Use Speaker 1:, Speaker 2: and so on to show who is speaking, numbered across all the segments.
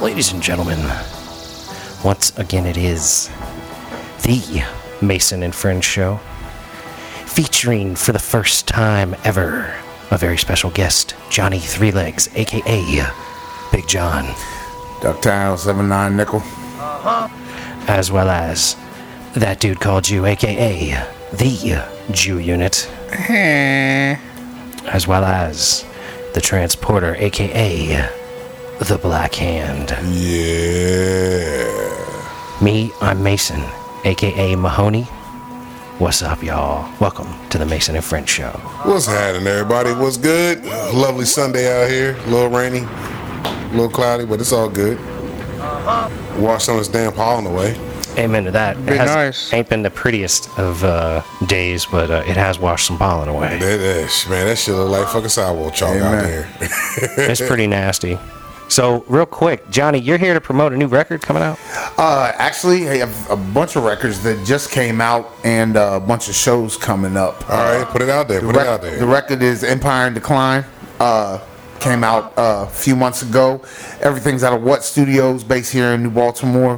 Speaker 1: Ladies and gentlemen, once again it is the Mason and Friends show, featuring for the first time ever a very special guest, Johnny Three Legs, aka Big John,
Speaker 2: Ducktown seven nine nickel.
Speaker 1: as well as that dude called you, aka the Jew Unit, as well as the Transporter, aka the Black Hand.
Speaker 2: Yeah.
Speaker 1: Me, I'm Mason, aka Mahoney. What's up, y'all? Welcome to the Mason and French Show.
Speaker 2: What's happening, everybody? What's good? Lovely Sunday out here. A little rainy, a little cloudy, but it's all good. Wash some of this damn pollen away.
Speaker 1: Amen to that.
Speaker 3: Be
Speaker 1: it has,
Speaker 3: nice.
Speaker 1: Ain't been the prettiest of uh, days, but uh, it has washed some pollen away.
Speaker 4: That, that sh- man, that shit look like fucking sidewalk chalk out
Speaker 2: Amen.
Speaker 4: there.
Speaker 1: it's pretty nasty. So, real quick, Johnny, you're here to promote a new record coming out.
Speaker 3: Uh, actually, I have a bunch of records that just came out and uh, a bunch of shows coming up. Uh,
Speaker 4: All right, put it out there. Put
Speaker 3: the, rec-
Speaker 4: it out
Speaker 3: the
Speaker 4: there.
Speaker 3: record is Empire in Decline. Uh, came out uh, a few months ago. Everything's out of What Studios, based here in New Baltimore.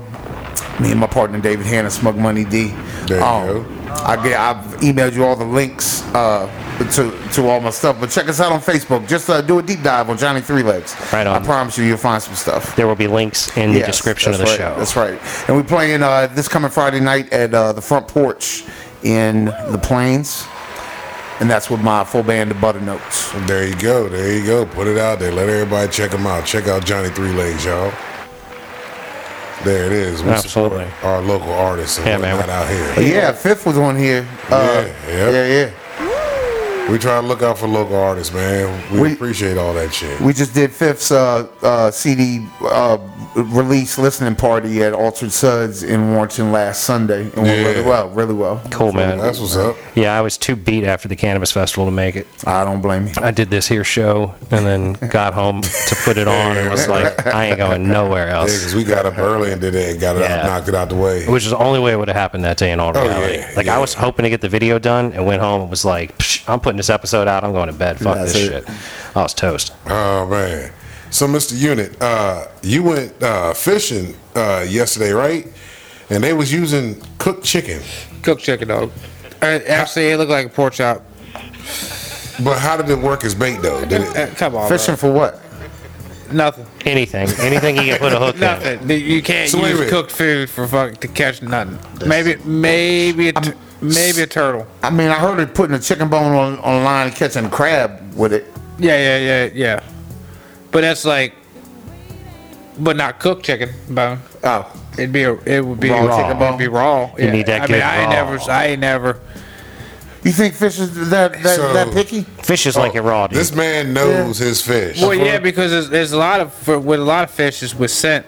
Speaker 3: Me and my partner David Hanna, Smug Money D. Um,
Speaker 4: There you go.
Speaker 3: I get, I've emailed you all the links uh, to to all my stuff, but check us out on Facebook. Just uh, do a deep dive on Johnny Three Legs.
Speaker 1: Right on.
Speaker 3: I promise you, you'll find some stuff.
Speaker 1: There will be links in the
Speaker 3: Yes,
Speaker 1: description of the
Speaker 3: that's
Speaker 1: show.
Speaker 3: right, That's right. And we're playing uh, this coming Friday night at uh, the front porch in the Plains, and that's with my full band of Butternotes.
Speaker 4: There you go. There you go. Put it out there. Let everybody check him out. Check out Johnny Three Legs, y'all. There it is. We support
Speaker 1: Absolutely.
Speaker 4: Our local artists and
Speaker 1: Yeah, man.
Speaker 4: whatnot out
Speaker 3: But
Speaker 4: here.
Speaker 3: yeah, Fifth was on here. Uh,
Speaker 4: Yeah, yep.
Speaker 3: yeah,
Speaker 4: We try to look out for local artists, man. We,
Speaker 3: We-
Speaker 4: appreciate all that shit.
Speaker 3: yeah. We just did Fifth's uh, uh, CD uh, release listening party at Altered Suds in Warrenton last Sunday, and went
Speaker 4: Yeah.
Speaker 3: really well, really well.
Speaker 1: Cool, man.
Speaker 4: That's what's up.
Speaker 1: Yeah, I was too beat after the Cannabis Festival to make it.
Speaker 3: I don't blame you.
Speaker 1: I did this here show and then got home to put it on and was like, I ain't going nowhere else.
Speaker 4: Because we got up early and did it and got it
Speaker 1: Yeah.
Speaker 4: out, knocked it out the way.
Speaker 1: Which is the only way it would have happened that day in all
Speaker 4: Oh,
Speaker 1: reality.
Speaker 4: yeah,
Speaker 1: like I
Speaker 4: yeah.
Speaker 1: was hoping to get the video done and went home and was like, Psh, I'm putting this episode out. I'm going to bed. Fuck
Speaker 3: That's
Speaker 1: this
Speaker 3: it.
Speaker 1: shit. I was toast.
Speaker 4: Oh man. So Mr. Unit, uh, you went uh, fishing uh, yesterday, right? And they was using cooked chicken.
Speaker 5: Cook chicken dog. Uh, Actually, it looked like a pork chop.
Speaker 4: But how did it work as bait though? Did
Speaker 5: Uh,
Speaker 4: it
Speaker 5: Come on,
Speaker 3: Fishing for what?
Speaker 5: bro. nothing,
Speaker 1: Anything, anything you can put a hook in.
Speaker 5: nothing. You can't
Speaker 4: So wait a
Speaker 5: use
Speaker 4: minute.
Speaker 5: cooked food for fuck to catch nothing. Maybe, maybe, a t- maybe a turtle.
Speaker 3: I mean, I heard of putting a chicken bone on, on line and catching crab with it.
Speaker 5: Yeah, yeah, yeah, yeah. But that's like, but not cooked chicken bone.
Speaker 3: Oh,
Speaker 5: It'd be a, it would be
Speaker 3: Raw
Speaker 5: raw.
Speaker 3: chicken bone?
Speaker 5: It'd be raw.
Speaker 1: You need that
Speaker 5: I mean,
Speaker 1: good
Speaker 5: I ain't
Speaker 1: raw.
Speaker 5: never, I ain't never.
Speaker 3: you think fish is that that,
Speaker 4: So-
Speaker 3: that picky?
Speaker 1: Fish is
Speaker 2: Oh,
Speaker 1: like it raw, dude.
Speaker 4: this man knows his fish.
Speaker 5: Well, yeah, because there's, there's a lot of for, with a lot of fish is with scent,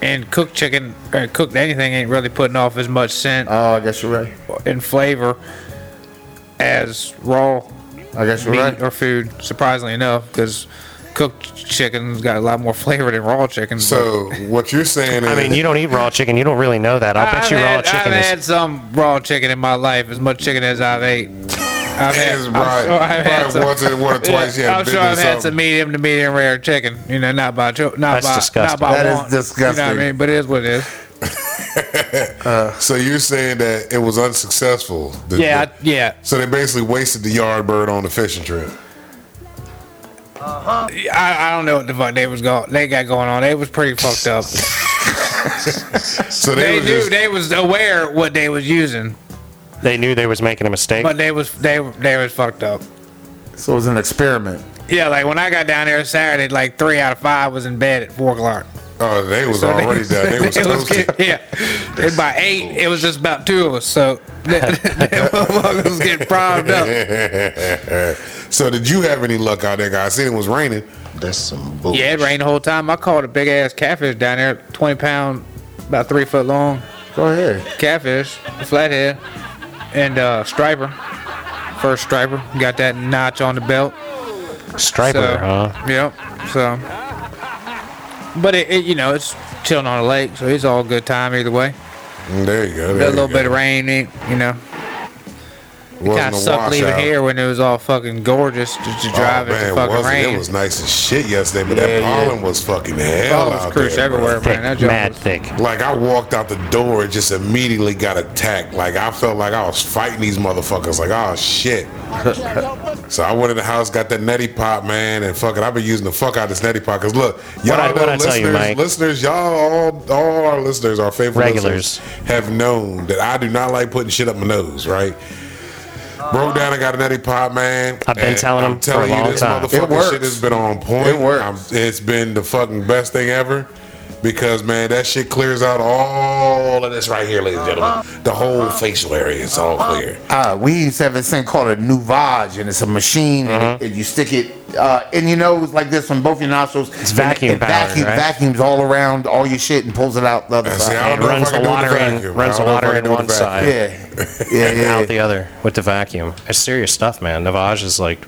Speaker 5: and cooked chicken or cooked anything ain't really putting off as much scent.
Speaker 3: Oh, I guess you're right.
Speaker 5: in flavor as raw
Speaker 3: I guess you're
Speaker 5: meat
Speaker 3: right.
Speaker 5: or food. Surprisingly enough, because cooked chicken's got a lot more flavor than raw chicken.
Speaker 4: So what you're saying is
Speaker 1: I mean, you don't eat raw chicken. You don't really know that. I'll
Speaker 5: but
Speaker 1: bet you raw
Speaker 5: had,
Speaker 1: chicken
Speaker 5: I've
Speaker 1: is.
Speaker 5: had some raw chicken in my life, as much chicken as I've ate. I've had,
Speaker 4: is
Speaker 5: I'm
Speaker 4: right.
Speaker 5: sure I've had
Speaker 4: Probably
Speaker 5: some-
Speaker 4: once and one or twice.
Speaker 5: Yeah,
Speaker 4: Yeah,
Speaker 5: I'm sure I've had some medium to medium rare chicken. You know, not by cho- not
Speaker 1: That's
Speaker 5: by
Speaker 1: disgusting.
Speaker 5: not by
Speaker 3: That is
Speaker 5: want, You know
Speaker 3: disgusting.
Speaker 5: what I mean? But it is what it is.
Speaker 4: So you're saying that it was unsuccessful. The-
Speaker 5: Yeah, I,
Speaker 4: the-
Speaker 5: yeah.
Speaker 4: so they basically wasted the yard bird on the fishing trip.
Speaker 5: I, I don't know what the fuck they was going. They got going on. They was pretty fucked up.
Speaker 4: So they,
Speaker 5: They
Speaker 4: were
Speaker 5: knew
Speaker 4: just,
Speaker 5: they was aware what they was using,
Speaker 1: They knew they was making a mistake.
Speaker 5: but they was they they was fucked up.
Speaker 3: So it was an experiment.
Speaker 5: Yeah, like when I got down there Saturday, like three out of five was in bed at four o'clock.
Speaker 4: oh, they was already done. They was
Speaker 5: It was-
Speaker 4: toasted.
Speaker 5: yeah, and by eight it was just about two of us, so that, that motherfucker was getting primed up.
Speaker 4: so did you have any luck out there, guys? I seen it was raining.
Speaker 2: That's some bullshit.
Speaker 5: Yeah, it rained the whole time. I caught a big ass catfish down there, twenty pound, about three foot long
Speaker 3: Go ahead.
Speaker 5: catfish, flathead, and uh, striper. First striper, got that notch on the belt.
Speaker 1: Striper,
Speaker 5: so,
Speaker 1: huh?
Speaker 5: Yep. So, but it, it, you know, it's chilling on the lake, so it's all good time either way.
Speaker 4: Mm, There you go.
Speaker 5: A
Speaker 4: there you
Speaker 5: little
Speaker 4: go.
Speaker 5: bit of rain, it, you know.
Speaker 2: Wasn't
Speaker 5: Kind
Speaker 2: a
Speaker 5: of sucked leaving
Speaker 2: washout.
Speaker 5: here when it was all fucking gorgeous to,
Speaker 4: Oh,
Speaker 5: to drive in the
Speaker 2: man,
Speaker 5: fucking
Speaker 2: wasn't-
Speaker 5: rain.
Speaker 2: It was nice as shit yesterday, but that
Speaker 5: Yeah, yeah.
Speaker 2: pollen was fucking hell
Speaker 5: Pollen was
Speaker 2: out
Speaker 5: cursed
Speaker 2: there. bro.
Speaker 5: everywhere,
Speaker 1: Thick,
Speaker 5: man. That joke
Speaker 1: mad
Speaker 5: was-
Speaker 1: thick.
Speaker 2: Like I walked out the door and just immediately got attacked. Like I felt like I was fighting these motherfuckers. Like oh shit. so I went in the house, got that neti pot, man, and fucking I've been using the fuck out of this neti pot. Cause look, y'all
Speaker 1: I-
Speaker 2: know
Speaker 1: what I
Speaker 2: listeners,
Speaker 1: tell you, Mike?
Speaker 2: listeners, y'all all all our listeners, our favorite
Speaker 1: Regulars.
Speaker 2: listeners, have known that I do not like putting shit up my nose, right? Broke down and got a neti pot, man.
Speaker 1: I've been
Speaker 2: And
Speaker 1: telling
Speaker 2: I'm
Speaker 1: them for
Speaker 2: telling
Speaker 1: a
Speaker 2: you,
Speaker 1: long
Speaker 2: this
Speaker 1: time. It
Speaker 2: motherfucking shit
Speaker 3: works.
Speaker 2: has been on point.
Speaker 3: It works.
Speaker 2: I'm- it's been the fucking best thing ever because man, that shit clears out all of this right here, ladies and gentlemen. The whole facial area is all clear.
Speaker 3: Uh, we used to have this thing called a nuvage, and it's a machine, and, and you stick it uh, in your nose like this on both your nostrils.
Speaker 1: It's vacuum
Speaker 3: and, it
Speaker 1: powered, right?
Speaker 3: Vacuums all around all your shit and pulls it out the other
Speaker 2: And see, I
Speaker 3: side.
Speaker 2: don't
Speaker 1: And
Speaker 2: know if
Speaker 1: runs
Speaker 2: I can
Speaker 1: the
Speaker 2: do it
Speaker 1: water
Speaker 2: with a
Speaker 1: in-
Speaker 2: vacuum.
Speaker 1: runs
Speaker 2: I don't
Speaker 1: the
Speaker 2: know if
Speaker 1: water
Speaker 2: I can
Speaker 1: in
Speaker 2: do it
Speaker 1: one
Speaker 2: with a vacuum.
Speaker 1: side.
Speaker 3: Yeah, yeah,
Speaker 1: and
Speaker 3: yeah.
Speaker 1: out the other with the vacuum. It's serious stuff, man. Navage is like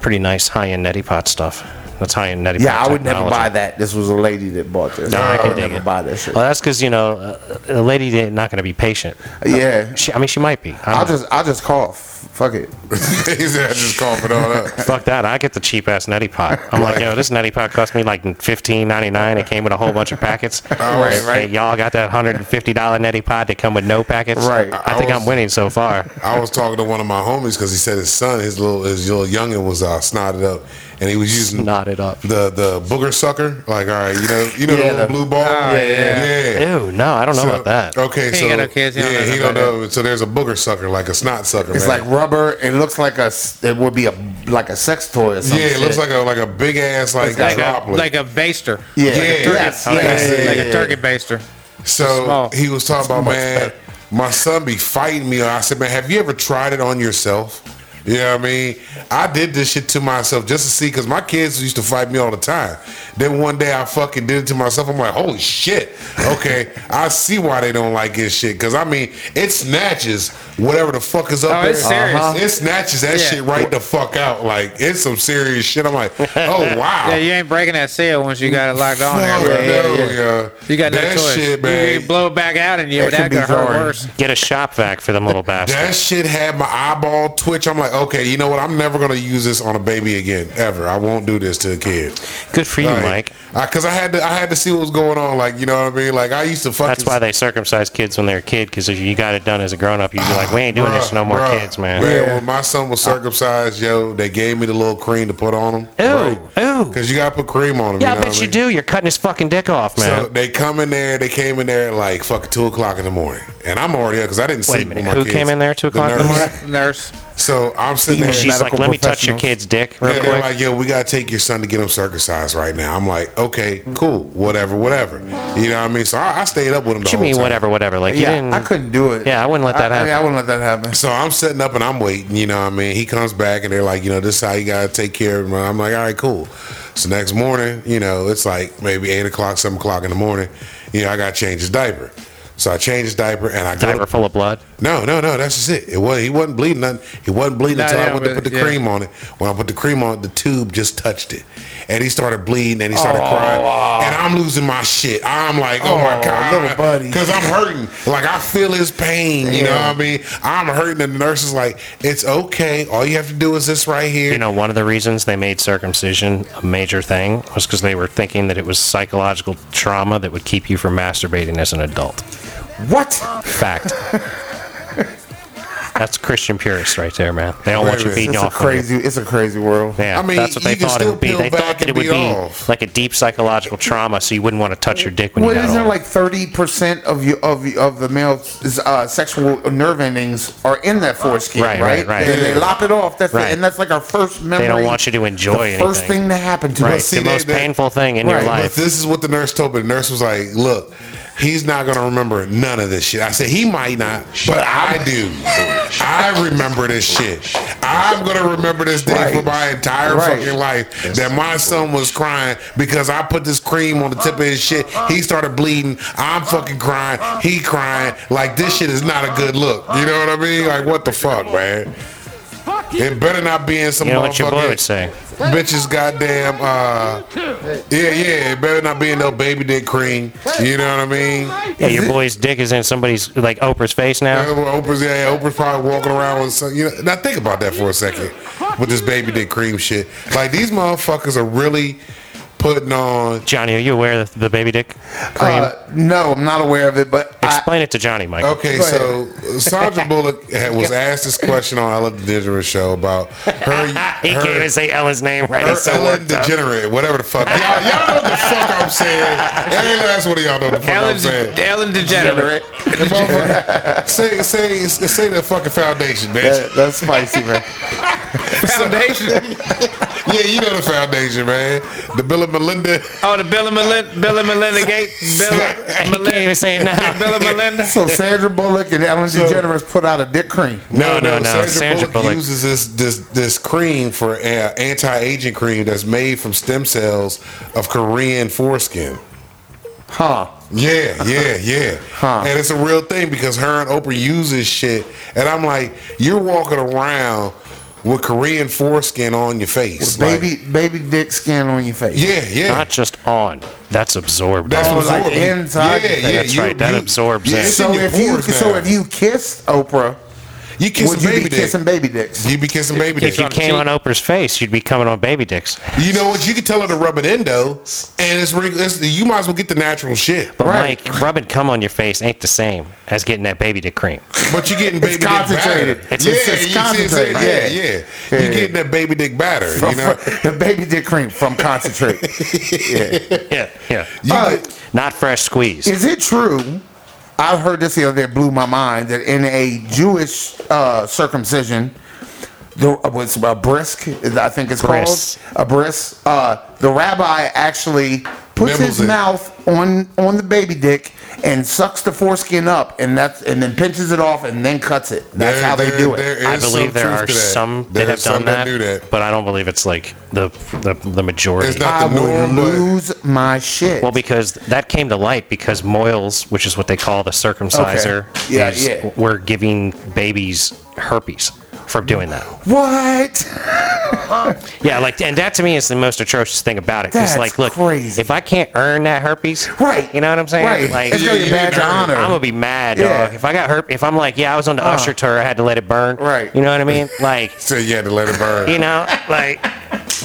Speaker 1: pretty nice high end neti pot stuff. That's high end neti pot.
Speaker 3: Yeah, I would never
Speaker 1: technology.
Speaker 3: buy that. This was a lady that bought this.
Speaker 1: No, I can
Speaker 3: would
Speaker 1: dig
Speaker 3: never
Speaker 1: it.
Speaker 3: buy that shit.
Speaker 1: Well, that's because you know uh, a lady did not going to be patient.
Speaker 3: yeah,
Speaker 1: She, I mean, she might be. I'm
Speaker 3: I'll just I'll just cough. Fuck it.
Speaker 2: he said, I just cough it all up.
Speaker 1: fuck that. I get the cheap ass neti pot. I'm like, yo, this neti pot cost me like fifteen ninety nine. It came with a whole bunch of packets.
Speaker 3: Oh,
Speaker 2: right,
Speaker 1: Hey,
Speaker 2: right.
Speaker 1: y'all got that hundred and fifty dollar neti pot that come with no packets.
Speaker 3: Right.
Speaker 1: I, think
Speaker 2: I
Speaker 1: I'm
Speaker 2: was-
Speaker 1: winning so far.
Speaker 2: I was talking to one of my homies because he said his son, his little his little youngin was uh, snotted up, and he was using
Speaker 1: Knotted up.
Speaker 2: the the booger sucker. Like, all right, you know, you know
Speaker 3: Yeah,
Speaker 2: the little
Speaker 3: the-
Speaker 2: blue ball.
Speaker 5: Ah, yeah.
Speaker 1: Ew, no, I don't know about that.
Speaker 2: Okay,
Speaker 5: He
Speaker 2: so
Speaker 5: ain't got no kids, he don't
Speaker 2: yeah,
Speaker 5: know
Speaker 2: he
Speaker 5: about
Speaker 2: don't know. So there's a booger sucker, like a snot sucker.
Speaker 3: It's
Speaker 2: man.
Speaker 3: like rubber. It looks like a s- it would be a like a sex toy or something.
Speaker 2: yeah, it looks like a like a big ass like,
Speaker 5: Like a,
Speaker 2: droplet.
Speaker 5: like a baster.
Speaker 3: yeah,
Speaker 2: Yeah,
Speaker 3: yes,
Speaker 2: yeah,
Speaker 3: yes,
Speaker 2: yeah,
Speaker 3: yes,
Speaker 2: yeah,
Speaker 5: Like
Speaker 3: yes.
Speaker 5: a turkey baster.
Speaker 2: so
Speaker 5: small.
Speaker 2: he was talking about man, my son be fighting me. I said, man, have you ever tried it on yourself? You know what I mean? I did this shit to myself just to see because my kids used to fight me all the time. Then one day I fucking did it to myself. I'm like, holy shit. Okay, I see why they don't like this shit. Cause I mean, it snatches whatever the fuck is up
Speaker 5: Oh,
Speaker 2: there.
Speaker 5: it's serious.
Speaker 2: Uh-huh. It snatches that
Speaker 5: Yeah.
Speaker 2: shit right the fuck out. Like it's some serious shit. I'm like, oh wow.
Speaker 5: Yeah, you ain't breaking that seal once you got it locked on there.
Speaker 2: Fuck
Speaker 5: bro.
Speaker 2: no, yeah.
Speaker 5: You got
Speaker 2: that
Speaker 5: no choice.
Speaker 2: shit,
Speaker 5: You,
Speaker 2: man.
Speaker 5: you blow it back out and you
Speaker 3: That
Speaker 5: that
Speaker 3: can be
Speaker 5: could hurt
Speaker 3: jarring.
Speaker 5: worse.
Speaker 1: Get a shop vac for them little bastards.
Speaker 2: that shit had my eyeball twitch. I'm like, okay, you know what? I'm never gonna use this on a baby again, ever. I won't do this to a kid.
Speaker 1: Good for you, Mike.
Speaker 2: Because I, had to, I had to see what was going on. Like, you know what I mean? Like, I used to fucking.
Speaker 1: That's why they circumcise kids when they're a kid, because if you got it done as a grown up, you'd be like, we ain't doing this to no more
Speaker 2: Bruh,
Speaker 1: kids, man.
Speaker 2: Man, when my son was circumcised, yo, they gave me the little cream to put on him.
Speaker 1: Ew, ew.
Speaker 2: Because you gotta put cream on him.
Speaker 1: Yeah,
Speaker 2: know
Speaker 1: I
Speaker 2: what
Speaker 1: bet you
Speaker 2: mean?
Speaker 1: do. You're cutting his fucking dick off,
Speaker 2: So
Speaker 1: man.
Speaker 2: they come in there. They came in there at like fucking two o'clock in the morning, and I'm already up because I didn't
Speaker 1: Wait a
Speaker 2: sleep.
Speaker 1: minute,
Speaker 2: with my
Speaker 1: who
Speaker 2: kids.
Speaker 1: came in there at 2
Speaker 2: The
Speaker 1: o'clock in the
Speaker 2: nurse.
Speaker 1: morning?
Speaker 5: Nurse.
Speaker 2: So I'm sitting there.
Speaker 1: She's like,
Speaker 3: medical
Speaker 1: let me touch your
Speaker 3: professionals.
Speaker 1: kid's dick real
Speaker 2: Yeah, they're
Speaker 1: quick.
Speaker 2: like, yo, we gotta take your son to get him circumcised right now. I'm like, okay, cool, whatever, whatever. You know what I mean? So I, I stayed up with him. The
Speaker 1: what you
Speaker 2: whole
Speaker 1: mean,
Speaker 2: time.
Speaker 1: whatever, whatever? Like, you
Speaker 3: Yeah,
Speaker 1: didn't.
Speaker 3: I couldn't do it.
Speaker 1: Yeah, I wouldn't let that
Speaker 3: I, I,
Speaker 1: happen.
Speaker 3: mean, I wouldn't let that happen.
Speaker 2: So I'm sitting up and I'm waiting. You know what I mean? He comes back and they're like, you know, this is how you gotta take care of him. I'm like, all right, cool. So next morning, you know, it's like maybe eight o'clock, seven o'clock in the morning. You know, I gotta change his diaper. So I changed his diaper and I go to
Speaker 1: diaper full of blood.
Speaker 2: No, no, no. That's just it. It was. He wasn't bleeding. Nothing. He wasn't bleeding
Speaker 5: No,
Speaker 2: until I
Speaker 5: yeah,
Speaker 2: went to
Speaker 5: but-
Speaker 2: put the
Speaker 5: yeah.
Speaker 2: cream on it. When I put the cream on it, the tube just touched it, and he started bleeding and he started crying. And I'm losing my shit. I'm like, oh, my
Speaker 3: Oh,
Speaker 2: god,
Speaker 3: little buddy.
Speaker 2: because I'm hurting. Like I feel his pain. You know
Speaker 3: Damn.
Speaker 2: what I mean? I'm hurting, and the nurse is like, it's okay. All you have to do is this right here.
Speaker 1: You know, one of the reasons they made circumcision a major thing was because they were thinking that it was psychological trauma that would keep you from masturbating as an adult.
Speaker 3: what?
Speaker 1: Fact. That's Christian purist right there, man. They don't
Speaker 2: Wait
Speaker 1: want
Speaker 2: a
Speaker 1: you
Speaker 2: minute.
Speaker 1: beating
Speaker 3: It's a
Speaker 1: off. on your-
Speaker 3: crazy. It's a crazy world.
Speaker 1: Yeah,
Speaker 2: I mean,
Speaker 1: that's what they
Speaker 2: you can
Speaker 1: thought it
Speaker 2: still
Speaker 1: would be.
Speaker 2: peel
Speaker 1: They
Speaker 2: back
Speaker 1: thought that
Speaker 2: and
Speaker 1: it would
Speaker 2: beat
Speaker 1: be
Speaker 2: off.
Speaker 1: like a deep psychological trauma, so you wouldn't want to touch your dick when
Speaker 3: Well,
Speaker 1: you got
Speaker 3: isn't it
Speaker 1: older.
Speaker 3: like thirty percent of you of you- of the male uh, sexual nerve endings are in that foreskin,
Speaker 1: Right,
Speaker 3: right?
Speaker 1: right, right.
Speaker 3: They, they lop it off. That's
Speaker 1: Right.
Speaker 3: the, and that's like our first memory.
Speaker 1: they don't want you to enjoy
Speaker 3: the first
Speaker 1: anything.
Speaker 3: thing that happened to
Speaker 1: right,
Speaker 3: us.
Speaker 2: see,
Speaker 1: the
Speaker 2: they-
Speaker 1: most
Speaker 2: they-
Speaker 1: painful thing in your
Speaker 3: Right, but
Speaker 1: life.
Speaker 2: But this is what the nurse told me. The nurse was like, "Look, he's not gonna remember none of this shit." I said, "He might not, but I do. I remember this shit. I'm gonna remember this day for my entire
Speaker 3: Right.
Speaker 2: fucking life that my son was crying because I put this cream on the tip of his shit. He started bleeding. I'm fucking crying. He crying. Like this shit is not a good look. You know what I mean? Like what the fuck, man? It better not be in some
Speaker 1: You know what your boy would
Speaker 2: motherfucking
Speaker 1: say.
Speaker 2: bitches goddamn uh Yeah, yeah, it better not be in no baby dick cream. You know what I mean?
Speaker 1: Yeah, your boy's dick is in somebody's like Oprah's face now.
Speaker 2: That's what Oprah's, yeah, Oprah's probably walking around with some, you know. Now think about that for a second with this baby dick cream shit. Like these motherfuckers are really putting on.
Speaker 1: Johnny, are you aware of the baby dick cream?
Speaker 3: Uh, no, I'm not aware of it, but I,
Speaker 1: Explain it to Johnny, Michael.
Speaker 2: Okay,
Speaker 3: Go ahead.
Speaker 2: so Sandra Bullock had- was asked this question on Ellen DeGeneres show about her.
Speaker 1: He
Speaker 2: her-
Speaker 1: can't even say Ellen's name right.
Speaker 2: Or
Speaker 1: It's so
Speaker 2: Ellen
Speaker 1: worked up.
Speaker 2: Degenerate, whatever the fuck. Y'all, y'all know what the fuck I'm saying. Every last one of y'all know the fuck
Speaker 5: Ellen,
Speaker 2: I'm saying.
Speaker 5: Ellen DeGenerate.
Speaker 2: The motherfucker- say, say, say the fucking foundation, bitch.
Speaker 3: that, that's spicy, man.
Speaker 5: Foundation.
Speaker 2: Yeah, you know the foundation, man. The Bill and Melinda.
Speaker 5: Oh, the Bill and Melinda, Bill and Melinda Gates. Bill,
Speaker 1: He
Speaker 5: and
Speaker 1: can't even
Speaker 5: Melinda,
Speaker 1: say it now.
Speaker 5: Bill and Melinda.
Speaker 3: So Sandra Bullock and Ellen DeGeneres put out a dick cream.
Speaker 1: No, no, no,
Speaker 2: Sandra,
Speaker 1: Sandra
Speaker 2: Bullock,
Speaker 1: Bullock.
Speaker 2: uses this this this cream for uh, anti-aging cream that's made from stem cells of Korean foreskin.
Speaker 3: Huh.
Speaker 2: Yeah, yeah, yeah.
Speaker 3: Huh.
Speaker 2: And it's a real thing because her and Oprah uses shit, and I'm like, you're walking around with Korean foreskin on your face, Like,
Speaker 3: Baby baby dick skin on your face.
Speaker 2: yeah, yeah.
Speaker 1: Not just on. That's absorbed.
Speaker 2: that's
Speaker 1: on.
Speaker 3: Oh,
Speaker 2: what's
Speaker 3: like
Speaker 2: absorbing.
Speaker 3: inside
Speaker 2: Yeah,
Speaker 3: your
Speaker 2: yeah.
Speaker 3: face.
Speaker 1: That's right, that absorbs
Speaker 2: yeah,
Speaker 1: it.
Speaker 2: it's in
Speaker 3: So
Speaker 2: your
Speaker 3: if you
Speaker 2: pores
Speaker 3: so
Speaker 2: now.
Speaker 3: if you kissed Oprah,
Speaker 2: you kissing
Speaker 3: would you
Speaker 2: baby
Speaker 3: be
Speaker 2: dick,
Speaker 3: kissing baby dicks?
Speaker 2: you be kissing baby
Speaker 1: if
Speaker 2: dick.
Speaker 1: you came on Oprah's face, you'd be coming on baby dicks.
Speaker 2: You know what? You can tell her to rub it in though, and it's, re- it's you might as well get the natural shit.
Speaker 1: But
Speaker 3: Right.
Speaker 1: Mike, rub and cum on your face ain't the same as getting that baby dick cream.
Speaker 2: But you're getting baby
Speaker 3: It's concentrated.
Speaker 2: dick batter.
Speaker 1: It's-
Speaker 2: yeah,
Speaker 1: it's
Speaker 2: you see what I'm
Speaker 3: concentrated,
Speaker 2: saying?
Speaker 3: yeah.
Speaker 2: Yeah, yeah,
Speaker 3: Yeah,
Speaker 2: You're
Speaker 3: yeah.
Speaker 2: getting that baby dick batter. You
Speaker 3: From-
Speaker 2: know,
Speaker 3: the baby dick cream from concentrate. yeah.
Speaker 1: Yeah, yeah.
Speaker 3: Uh,
Speaker 1: Not fresh squeeze.
Speaker 3: Is it true? I heard this the other day, it blew my mind that in a Jewish uh, circumcision, the, uh, what's a brisk, I think it's
Speaker 1: Bris.
Speaker 3: called a brisk. Uh, the rabbi actually puts
Speaker 2: Nibbles
Speaker 3: his
Speaker 2: it.
Speaker 3: mouth on on the baby dick and sucks the foreskin up, and that's and then pinches it off and then cuts it. That's
Speaker 2: There-
Speaker 3: how they
Speaker 2: there-
Speaker 3: do it.
Speaker 2: there is
Speaker 1: I
Speaker 2: some
Speaker 1: believe there
Speaker 2: truth
Speaker 1: are
Speaker 2: to that.
Speaker 1: some
Speaker 2: There
Speaker 1: that
Speaker 2: are
Speaker 1: have done
Speaker 2: some
Speaker 1: that,
Speaker 2: do that.
Speaker 1: but I don't believe it's like the the, the majority.
Speaker 2: It's not
Speaker 3: I
Speaker 2: the
Speaker 3: would
Speaker 2: norm, but-
Speaker 3: lose my shit.
Speaker 1: Well, because that came to light because Moyles, which is what they call the circumciser,
Speaker 3: Okay. Yeah, yeah.
Speaker 1: were giving babies herpes for doing that.
Speaker 3: what?
Speaker 1: Yeah, like, and that to me is the most atrocious thing about it.
Speaker 3: That's
Speaker 1: Because, like, look,
Speaker 3: crazy.
Speaker 1: if I can't earn that herpes,
Speaker 3: Right.
Speaker 1: You know what I'm saying?
Speaker 3: Right.
Speaker 1: Like,
Speaker 3: it's gonna be a
Speaker 2: you
Speaker 3: badge of
Speaker 2: didn't earn
Speaker 3: honor.
Speaker 2: it.
Speaker 1: I'm gonna be mad,
Speaker 3: Yeah.
Speaker 1: dog. If I got herp, if I'm like, yeah, I was on the usher tour, I had to let it burn.
Speaker 3: Right.
Speaker 1: You know what I mean? Like,
Speaker 2: so you had to let it burn.
Speaker 1: you know, like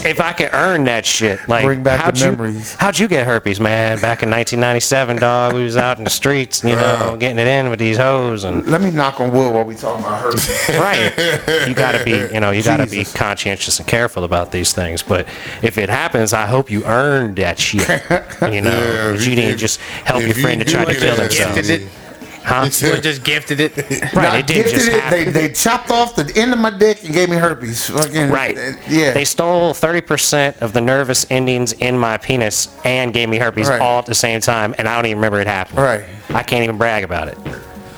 Speaker 1: if I could earn that shit, like
Speaker 3: Bring back the
Speaker 1: how'd you-
Speaker 3: memories.
Speaker 1: How'd you get herpes, man? Back in 1997, dog, we was out in the streets, you know, getting it in with these hoes and.
Speaker 3: Let me knock on wood while we talking about her.
Speaker 1: Right, you gotta be, you know, you gotta
Speaker 3: Jesus.
Speaker 1: be conscientious and careful about these things. But if it happens, I hope you earned that shit. You know,
Speaker 2: Yeah, if
Speaker 1: you
Speaker 2: you-
Speaker 1: didn't
Speaker 2: if-
Speaker 1: just help
Speaker 2: if
Speaker 1: your friend
Speaker 2: you
Speaker 1: to try
Speaker 2: do
Speaker 1: to
Speaker 2: it,
Speaker 1: kill
Speaker 2: it's-
Speaker 1: themselves.
Speaker 5: Gifted it.
Speaker 1: Huh?
Speaker 5: We just gifted it.
Speaker 1: Right,
Speaker 3: I
Speaker 1: it didn't just
Speaker 3: gifted it.
Speaker 1: happen.
Speaker 3: They, they chopped off the end of my dick and gave me herpes. Fucking,
Speaker 1: Right.
Speaker 3: uh, Yeah.
Speaker 1: They stole 30% of the nervous endings in my penis and gave me herpes
Speaker 3: Right.
Speaker 1: all at the same time, and I don't even remember it happening.
Speaker 3: Right.
Speaker 1: I can't even brag about it.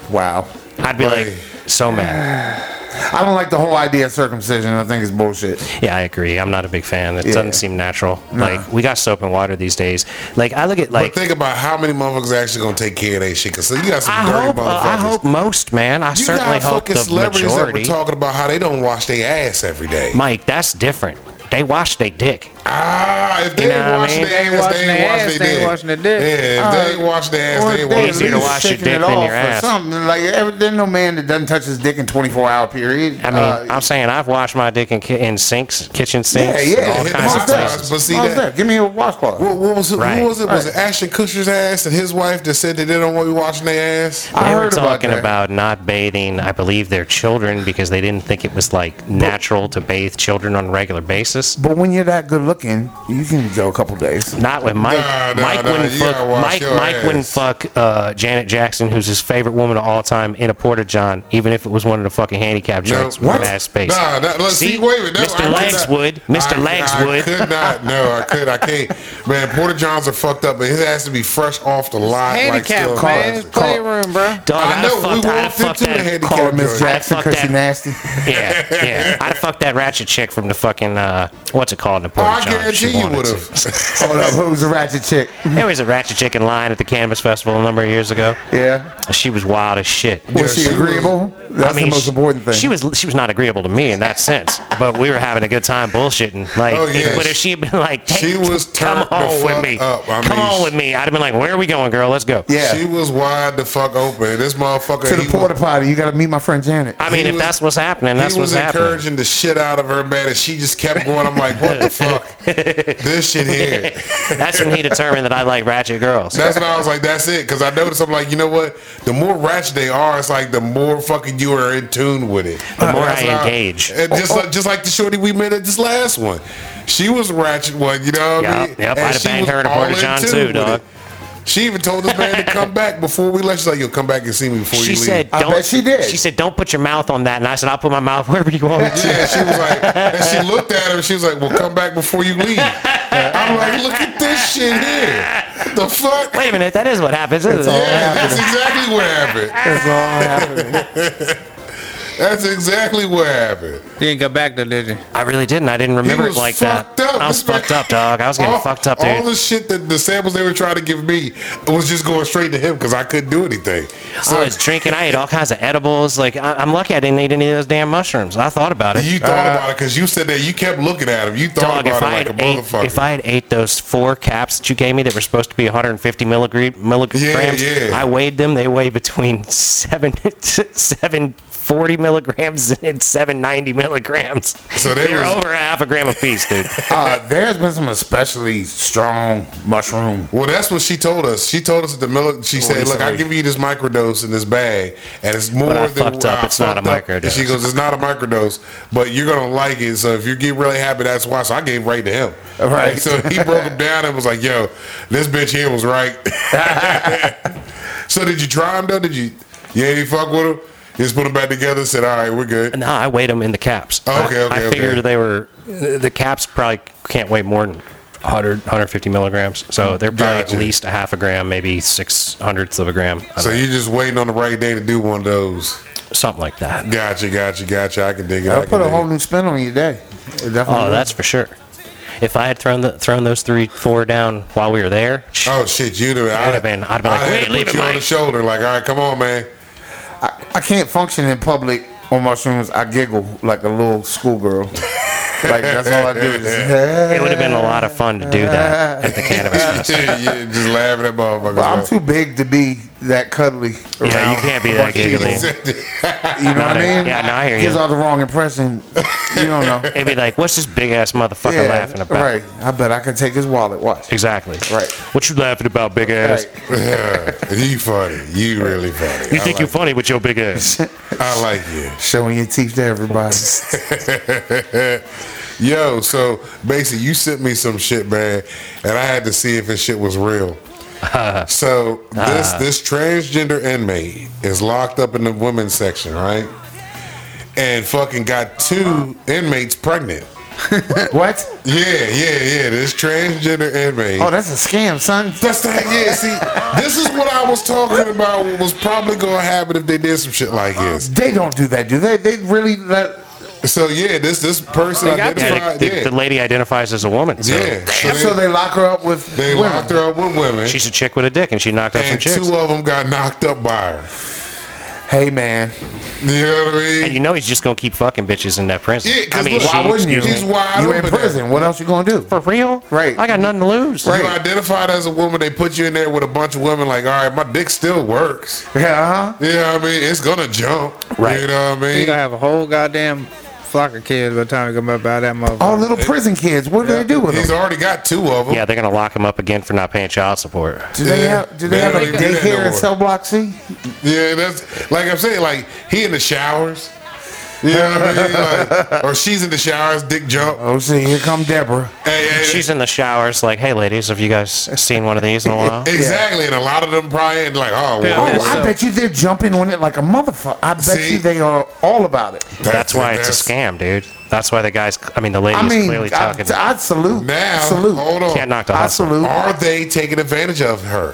Speaker 3: wow.
Speaker 1: I'd be like, so mad.
Speaker 3: I don't like the whole idea of circumcision. I think it's bullshit.
Speaker 1: Yeah, I agree. I'm not a big fan. It
Speaker 3: Yeah.
Speaker 1: doesn't seem natural. Like, we got soap and water these days. Like, I look at,
Speaker 2: But
Speaker 1: like,
Speaker 2: think about how many motherfuckers actually gonna take care of that shit. Cause so you got some
Speaker 1: I
Speaker 2: dirty
Speaker 1: hope, uh,
Speaker 2: motherfuckers.
Speaker 1: I hope most, man. I
Speaker 2: you
Speaker 1: certainly
Speaker 2: got
Speaker 1: hope
Speaker 2: fucking
Speaker 1: the
Speaker 2: celebrities
Speaker 1: majority.
Speaker 2: that were talking about how they don't wash their ass every day.
Speaker 1: Mike, that's different. They wash their dick.
Speaker 2: ah, if they
Speaker 1: You know
Speaker 2: ain't
Speaker 1: what I
Speaker 2: washing
Speaker 1: mean?
Speaker 2: their
Speaker 5: They ain't
Speaker 2: ass, they ain't washing their dick.
Speaker 5: washing their dick.
Speaker 2: Yeah, if they ain't washing their ass,
Speaker 3: Or
Speaker 2: they ain't
Speaker 3: they at
Speaker 2: washing
Speaker 1: Easier to
Speaker 2: their
Speaker 3: least
Speaker 2: dick.
Speaker 1: wash your
Speaker 3: shaking
Speaker 1: dick
Speaker 3: it
Speaker 1: than
Speaker 3: off
Speaker 1: your
Speaker 3: or
Speaker 1: ass.
Speaker 3: Something like every, there's no man that doesn't touch his dick in 24 hour period.
Speaker 1: I mean,
Speaker 3: Uh,
Speaker 1: I'm saying I've washed my dick in, ki- in sinks, kitchen
Speaker 3: yeah,
Speaker 1: sinks,
Speaker 3: yeah.
Speaker 1: all kinds of
Speaker 2: hit the hot tub.
Speaker 1: places.
Speaker 2: places. But see
Speaker 3: How's
Speaker 2: that-
Speaker 3: that? Give me a washcloth.
Speaker 2: What, what was it?
Speaker 1: Right.
Speaker 2: Who was it? Was it Ashton Kutcher's ass and his wife that said that they don't want you washing their ass?
Speaker 3: I
Speaker 1: They were
Speaker 3: heard about
Speaker 1: talking
Speaker 3: that.
Speaker 1: about, not bathing, I believe, their children because they didn't think it was like natural to bathe children on a regular basis.
Speaker 3: But when you're that good looking, you can go a couple days.
Speaker 1: Not with Mike.
Speaker 2: Nah, nah,
Speaker 1: Mike
Speaker 2: nah,
Speaker 1: wouldn't
Speaker 2: you
Speaker 1: fuck.
Speaker 2: gotta wash
Speaker 1: Mike,
Speaker 2: your
Speaker 1: Mike wouldn't
Speaker 2: ass.
Speaker 1: fuck uh, Janet Jackson, who's his favorite woman of all time, in a porta john, even if it was one of the fucking handicap joints with
Speaker 2: what?
Speaker 1: ass space.
Speaker 2: Nah, that, let's see, wait a minute. No,
Speaker 1: Mr.
Speaker 2: I could
Speaker 1: Legs
Speaker 2: not-
Speaker 1: would. Mr.
Speaker 2: I-
Speaker 1: Legs
Speaker 2: I
Speaker 1: would.
Speaker 2: could not. No, I could. I can't. Man, Porter Johns are fucked up, but his ass to be fresh off the line.
Speaker 5: Handicap,
Speaker 2: like still
Speaker 5: man. It's playroom, bro.
Speaker 1: Dog,
Speaker 2: I
Speaker 1: I'd
Speaker 2: know,
Speaker 1: have
Speaker 2: we
Speaker 1: fucked, I'd have
Speaker 2: walked
Speaker 1: fucked
Speaker 2: into the
Speaker 1: that.
Speaker 2: handicap
Speaker 3: Call her Miss
Speaker 2: joint.
Speaker 1: I'd
Speaker 3: Jackson
Speaker 1: fuck
Speaker 3: because
Speaker 1: that.
Speaker 3: she's nasty.
Speaker 1: Yeah, yeah. I'd have fucked that ratchet chick from the fucking uh, What's it called in a
Speaker 2: Oh,
Speaker 1: party
Speaker 2: I
Speaker 1: shop?
Speaker 2: guarantee
Speaker 1: She
Speaker 2: you
Speaker 1: wanted
Speaker 2: would
Speaker 1: to.
Speaker 2: have.
Speaker 3: Hold up, who was a ratchet chick?
Speaker 1: There was a ratchet chicken line at the Canvas Festival a number of years ago.
Speaker 3: Yeah.
Speaker 1: She was wild as shit.
Speaker 3: Was she
Speaker 2: she was-
Speaker 3: agreeable? That's the most
Speaker 1: she-
Speaker 3: important thing.
Speaker 1: She was she was not agreeable to me in that sense, but we were having a good time bullshitting. Like,
Speaker 2: Oh, yeah.
Speaker 1: but if she had been like, hey,
Speaker 2: She was
Speaker 1: come
Speaker 2: turned the
Speaker 1: on with
Speaker 2: fuck
Speaker 1: me,
Speaker 2: up. I
Speaker 1: come
Speaker 2: mean,
Speaker 1: on
Speaker 2: she-
Speaker 1: with me, I'd have been like, where are we going, girl? Let's go.
Speaker 3: Yeah.
Speaker 2: She was wide the fuck open. This motherfucker
Speaker 3: to the
Speaker 2: he
Speaker 3: porta
Speaker 2: was-
Speaker 3: potty. You got to meet my friend Janet.
Speaker 1: I mean,
Speaker 2: He
Speaker 1: if
Speaker 2: was-
Speaker 1: that's what's happening, that's
Speaker 2: he was
Speaker 1: what's happening.
Speaker 2: encouraging the shit out of her, man, and she just kept going. I'm like, what the fuck? this shit here.
Speaker 1: That's when he determined that I like ratchet girls.
Speaker 2: That's when I was like, that's it. Because I noticed, I'm like, you know what? The more ratchet they are, it's like the more fucking you are in tune with it.
Speaker 1: The more
Speaker 2: That's
Speaker 1: I
Speaker 2: what
Speaker 1: engage.
Speaker 2: and just, like, just like the shorty we met at this last one. She was a ratchet one, you know what I
Speaker 1: Yup,
Speaker 2: mean?
Speaker 1: yup, I'd
Speaker 2: And
Speaker 1: have
Speaker 2: she
Speaker 1: banged
Speaker 2: was
Speaker 1: her in a
Speaker 2: all
Speaker 1: Porta John
Speaker 2: tune
Speaker 1: too,
Speaker 2: with
Speaker 1: dog.
Speaker 2: it. She even told this man to come back before we left. She's like, you'll come back and see me before you
Speaker 1: She
Speaker 2: leave.
Speaker 1: said,
Speaker 3: I
Speaker 1: don't.
Speaker 3: bet she did.
Speaker 1: She said, don't put your mouth on that. And I said, I'll put my mouth wherever you want me to.
Speaker 2: Yeah, she was like, and she looked at him. She was like, "Well, come back before you leave." I'm like, "Look at this shit here. The fuck."
Speaker 1: Wait a minute, that is what happens. Isn't
Speaker 3: all
Speaker 1: it?
Speaker 2: Yeah, that's exactly what happened.
Speaker 3: That's all happening.
Speaker 2: That's exactly what happened.
Speaker 5: You didn't go back there, did you?
Speaker 1: I really didn't. I didn't remember it like that. I was
Speaker 2: This man-
Speaker 1: fucked up, dog. I was getting
Speaker 2: all,
Speaker 1: fucked up,
Speaker 2: All
Speaker 1: dude.
Speaker 2: the shit that the samples they were trying to give me was just going straight to him because I couldn't do anything. So
Speaker 1: I was drinking. I ate all kinds of edibles. Like I, I'm lucky I didn't eat any of those damn mushrooms. I thought about it.
Speaker 2: you thought about it because you said that you kept looking at him. You thought
Speaker 1: Uh, Dog, if
Speaker 2: about
Speaker 1: I,
Speaker 2: it like
Speaker 1: had
Speaker 2: a
Speaker 1: ate,
Speaker 2: motherfucker.
Speaker 1: if I had ate those four caps that you gave me that were supposed to be 150 milligrams, milligrams
Speaker 2: yeah.
Speaker 1: I weighed them. They weigh between seven, seven forty milligrams and 790 milligrams.
Speaker 2: So they
Speaker 1: they are
Speaker 2: was-
Speaker 1: over a half a gram apiece, dude.
Speaker 3: Uh, there's been some especially strong mushroom.
Speaker 2: Well, that's what she told us. She told us that the mil-
Speaker 1: Oh,
Speaker 2: she said, "Look, I give you this microdose in this bag, and it's more
Speaker 1: I
Speaker 2: than
Speaker 1: fucked up. It's not a
Speaker 2: fucked up."
Speaker 1: microdose.
Speaker 2: And she goes, "It's not a microdose, but you're gonna like it. So if you get really happy, that's why." So I gave right to him.
Speaker 3: Right.
Speaker 2: And so he broke him down and was like, "Yo, this bitch here was right." so did you try him though? Did you? You ain't fuck with him. You just put him back together. and Said, "All right, we're good."
Speaker 1: No, I weighed them in the caps.
Speaker 2: Oh, okay,
Speaker 1: I-
Speaker 2: okay,
Speaker 1: I
Speaker 2: okay.
Speaker 1: figured they were the caps probably can't weigh more than 100, 150 milligrams, so they're probably
Speaker 2: Gotcha.
Speaker 1: at least a half a gram, maybe six hundredths of a gram, I
Speaker 2: So
Speaker 1: don't
Speaker 2: you're just waiting on the right day to do one of those.
Speaker 1: know, something like that.
Speaker 2: Gotcha, gotcha, gotcha. I can dig it. I
Speaker 3: That'll
Speaker 2: can
Speaker 3: put a
Speaker 2: dig
Speaker 3: whole
Speaker 2: it.
Speaker 3: new spin on your day. It definitely
Speaker 1: Oh,
Speaker 3: will.
Speaker 1: that's for sure. If I had thrown the, thrown those three four down while we were there,
Speaker 2: Oh shit, you'd have. I'd
Speaker 1: have been- I'd have been like,
Speaker 2: had
Speaker 1: wait,
Speaker 2: to
Speaker 1: leave
Speaker 2: put
Speaker 1: it,
Speaker 2: you on
Speaker 1: Mike.
Speaker 2: the shoulder, like, all right, come on, man.
Speaker 3: I can't function in public on mushrooms. I giggle like a little schoolgirl. like that's all I do. Is,
Speaker 1: it would have been a lot of fun to do that at the cannabis.
Speaker 2: yeah,
Speaker 1: Fest.
Speaker 2: just laughing at motherfuckers.
Speaker 3: But I'm
Speaker 2: man.
Speaker 3: too big to be that cuddly.
Speaker 1: Yeah, you
Speaker 3: around
Speaker 1: can't be
Speaker 3: a
Speaker 1: that
Speaker 3: bunch of people.
Speaker 1: giggly.
Speaker 3: You know what
Speaker 1: Not
Speaker 3: I
Speaker 1: a-
Speaker 3: mean?
Speaker 1: yeah, no, I hear
Speaker 3: Gives
Speaker 1: you.
Speaker 3: all the wrong impression. You don't know.
Speaker 1: It'd be like, what's this big ass motherfucker
Speaker 3: yeah,
Speaker 1: laughing about?
Speaker 3: right. I bet I can take his wallet. Watch.
Speaker 1: Exactly.
Speaker 3: Right.
Speaker 1: What you laughing about, big ass?
Speaker 3: Right.
Speaker 2: Yeah, you funny. You really funny.
Speaker 1: You think
Speaker 2: I like,
Speaker 1: you're funny with your big ass?
Speaker 2: I like you.
Speaker 3: Showing your teeth to everybody.
Speaker 2: Yo, so basically, you sent me some shit, man, and I had to see if this shit was real. so
Speaker 1: Ah.
Speaker 2: this this transgender inmate is locked up in the women's section, right? And fucking got two inmates pregnant.
Speaker 3: what?
Speaker 2: Yeah, yeah, yeah. This transgender inmate.
Speaker 3: Oh, that's a scam, son.
Speaker 2: That's not yeah. See, this is what I was talking about. What was probably going to happen if they did some shit like this.
Speaker 3: They don't do that, do they? They really let.
Speaker 2: So yeah, this this person
Speaker 5: They got
Speaker 1: Yeah,
Speaker 2: identified.
Speaker 1: the,
Speaker 2: yeah,
Speaker 1: the lady identifies as a woman. So
Speaker 2: yeah. So
Speaker 3: So they
Speaker 2: they,
Speaker 3: lock her up with
Speaker 2: they
Speaker 3: women.
Speaker 2: locked her up with women,
Speaker 1: She's a chick with a dick, and she knocked up some
Speaker 2: and
Speaker 1: chicks.
Speaker 2: two of them got knocked up by her.
Speaker 3: Hey, man.
Speaker 2: You know what I
Speaker 1: And
Speaker 2: mean?
Speaker 1: you know he's just gonna keep fucking bitches in that prison.
Speaker 2: Yeah, 'cause
Speaker 1: I mean,
Speaker 2: look,
Speaker 3: Why
Speaker 1: she,
Speaker 3: wouldn't you?
Speaker 2: She's wide
Speaker 3: you in
Speaker 2: open there.
Speaker 3: prison. What else you gonna do?
Speaker 1: for real?
Speaker 3: Right.
Speaker 1: I got nothing to lose.
Speaker 2: You identified as a woman. They put you in there with a bunch of women. Like, all right, my dick still works.
Speaker 3: Yeah, uh-huh. huh?
Speaker 2: You know what I mean? It's gonna jump.
Speaker 1: Right.
Speaker 2: You know what I
Speaker 5: You
Speaker 2: mean?
Speaker 5: gonna have a whole goddamn flock of kids by the time you come up out of that motherfucker.
Speaker 3: All little prison kids. What do they do with
Speaker 2: He's
Speaker 3: them?
Speaker 2: already got two of them.
Speaker 1: Yeah, they're gonna lock him up again for not paying child support.
Speaker 3: Do they
Speaker 2: Yeah.
Speaker 3: have? Do they
Speaker 2: They
Speaker 3: have
Speaker 2: don't
Speaker 3: a
Speaker 2: even do that no
Speaker 3: daycare in
Speaker 2: more.
Speaker 3: cell block C?
Speaker 2: Yeah, that's like I'm saying, like he in the showers. You know what I mean? Like, or she's in the showers, dick jump.
Speaker 3: Oh, see, here come Deborah.
Speaker 2: Hey, hey,
Speaker 1: She's in the showers, like, "Hey, ladies, have you guys seen one of these in a while?"
Speaker 2: exactly. And a lot of them probably ain't like, oh,
Speaker 5: Yeah,
Speaker 2: well,
Speaker 3: Oh,
Speaker 5: Okay,
Speaker 3: I
Speaker 5: so-
Speaker 3: bet you they're jumping on it like a motherfucker. I bet
Speaker 2: See?
Speaker 3: you they are all about it.
Speaker 1: That's why it's a scam, dude. That's why the guys. I mean, the ladies
Speaker 3: I mean,
Speaker 1: clearly
Speaker 3: I,
Speaker 1: talking.
Speaker 3: I salute.
Speaker 2: Now,
Speaker 3: salute.
Speaker 2: hold
Speaker 1: can't
Speaker 2: on.
Speaker 1: knock the
Speaker 3: I
Speaker 1: hustle.
Speaker 3: salute.
Speaker 2: Are they taking advantage of her?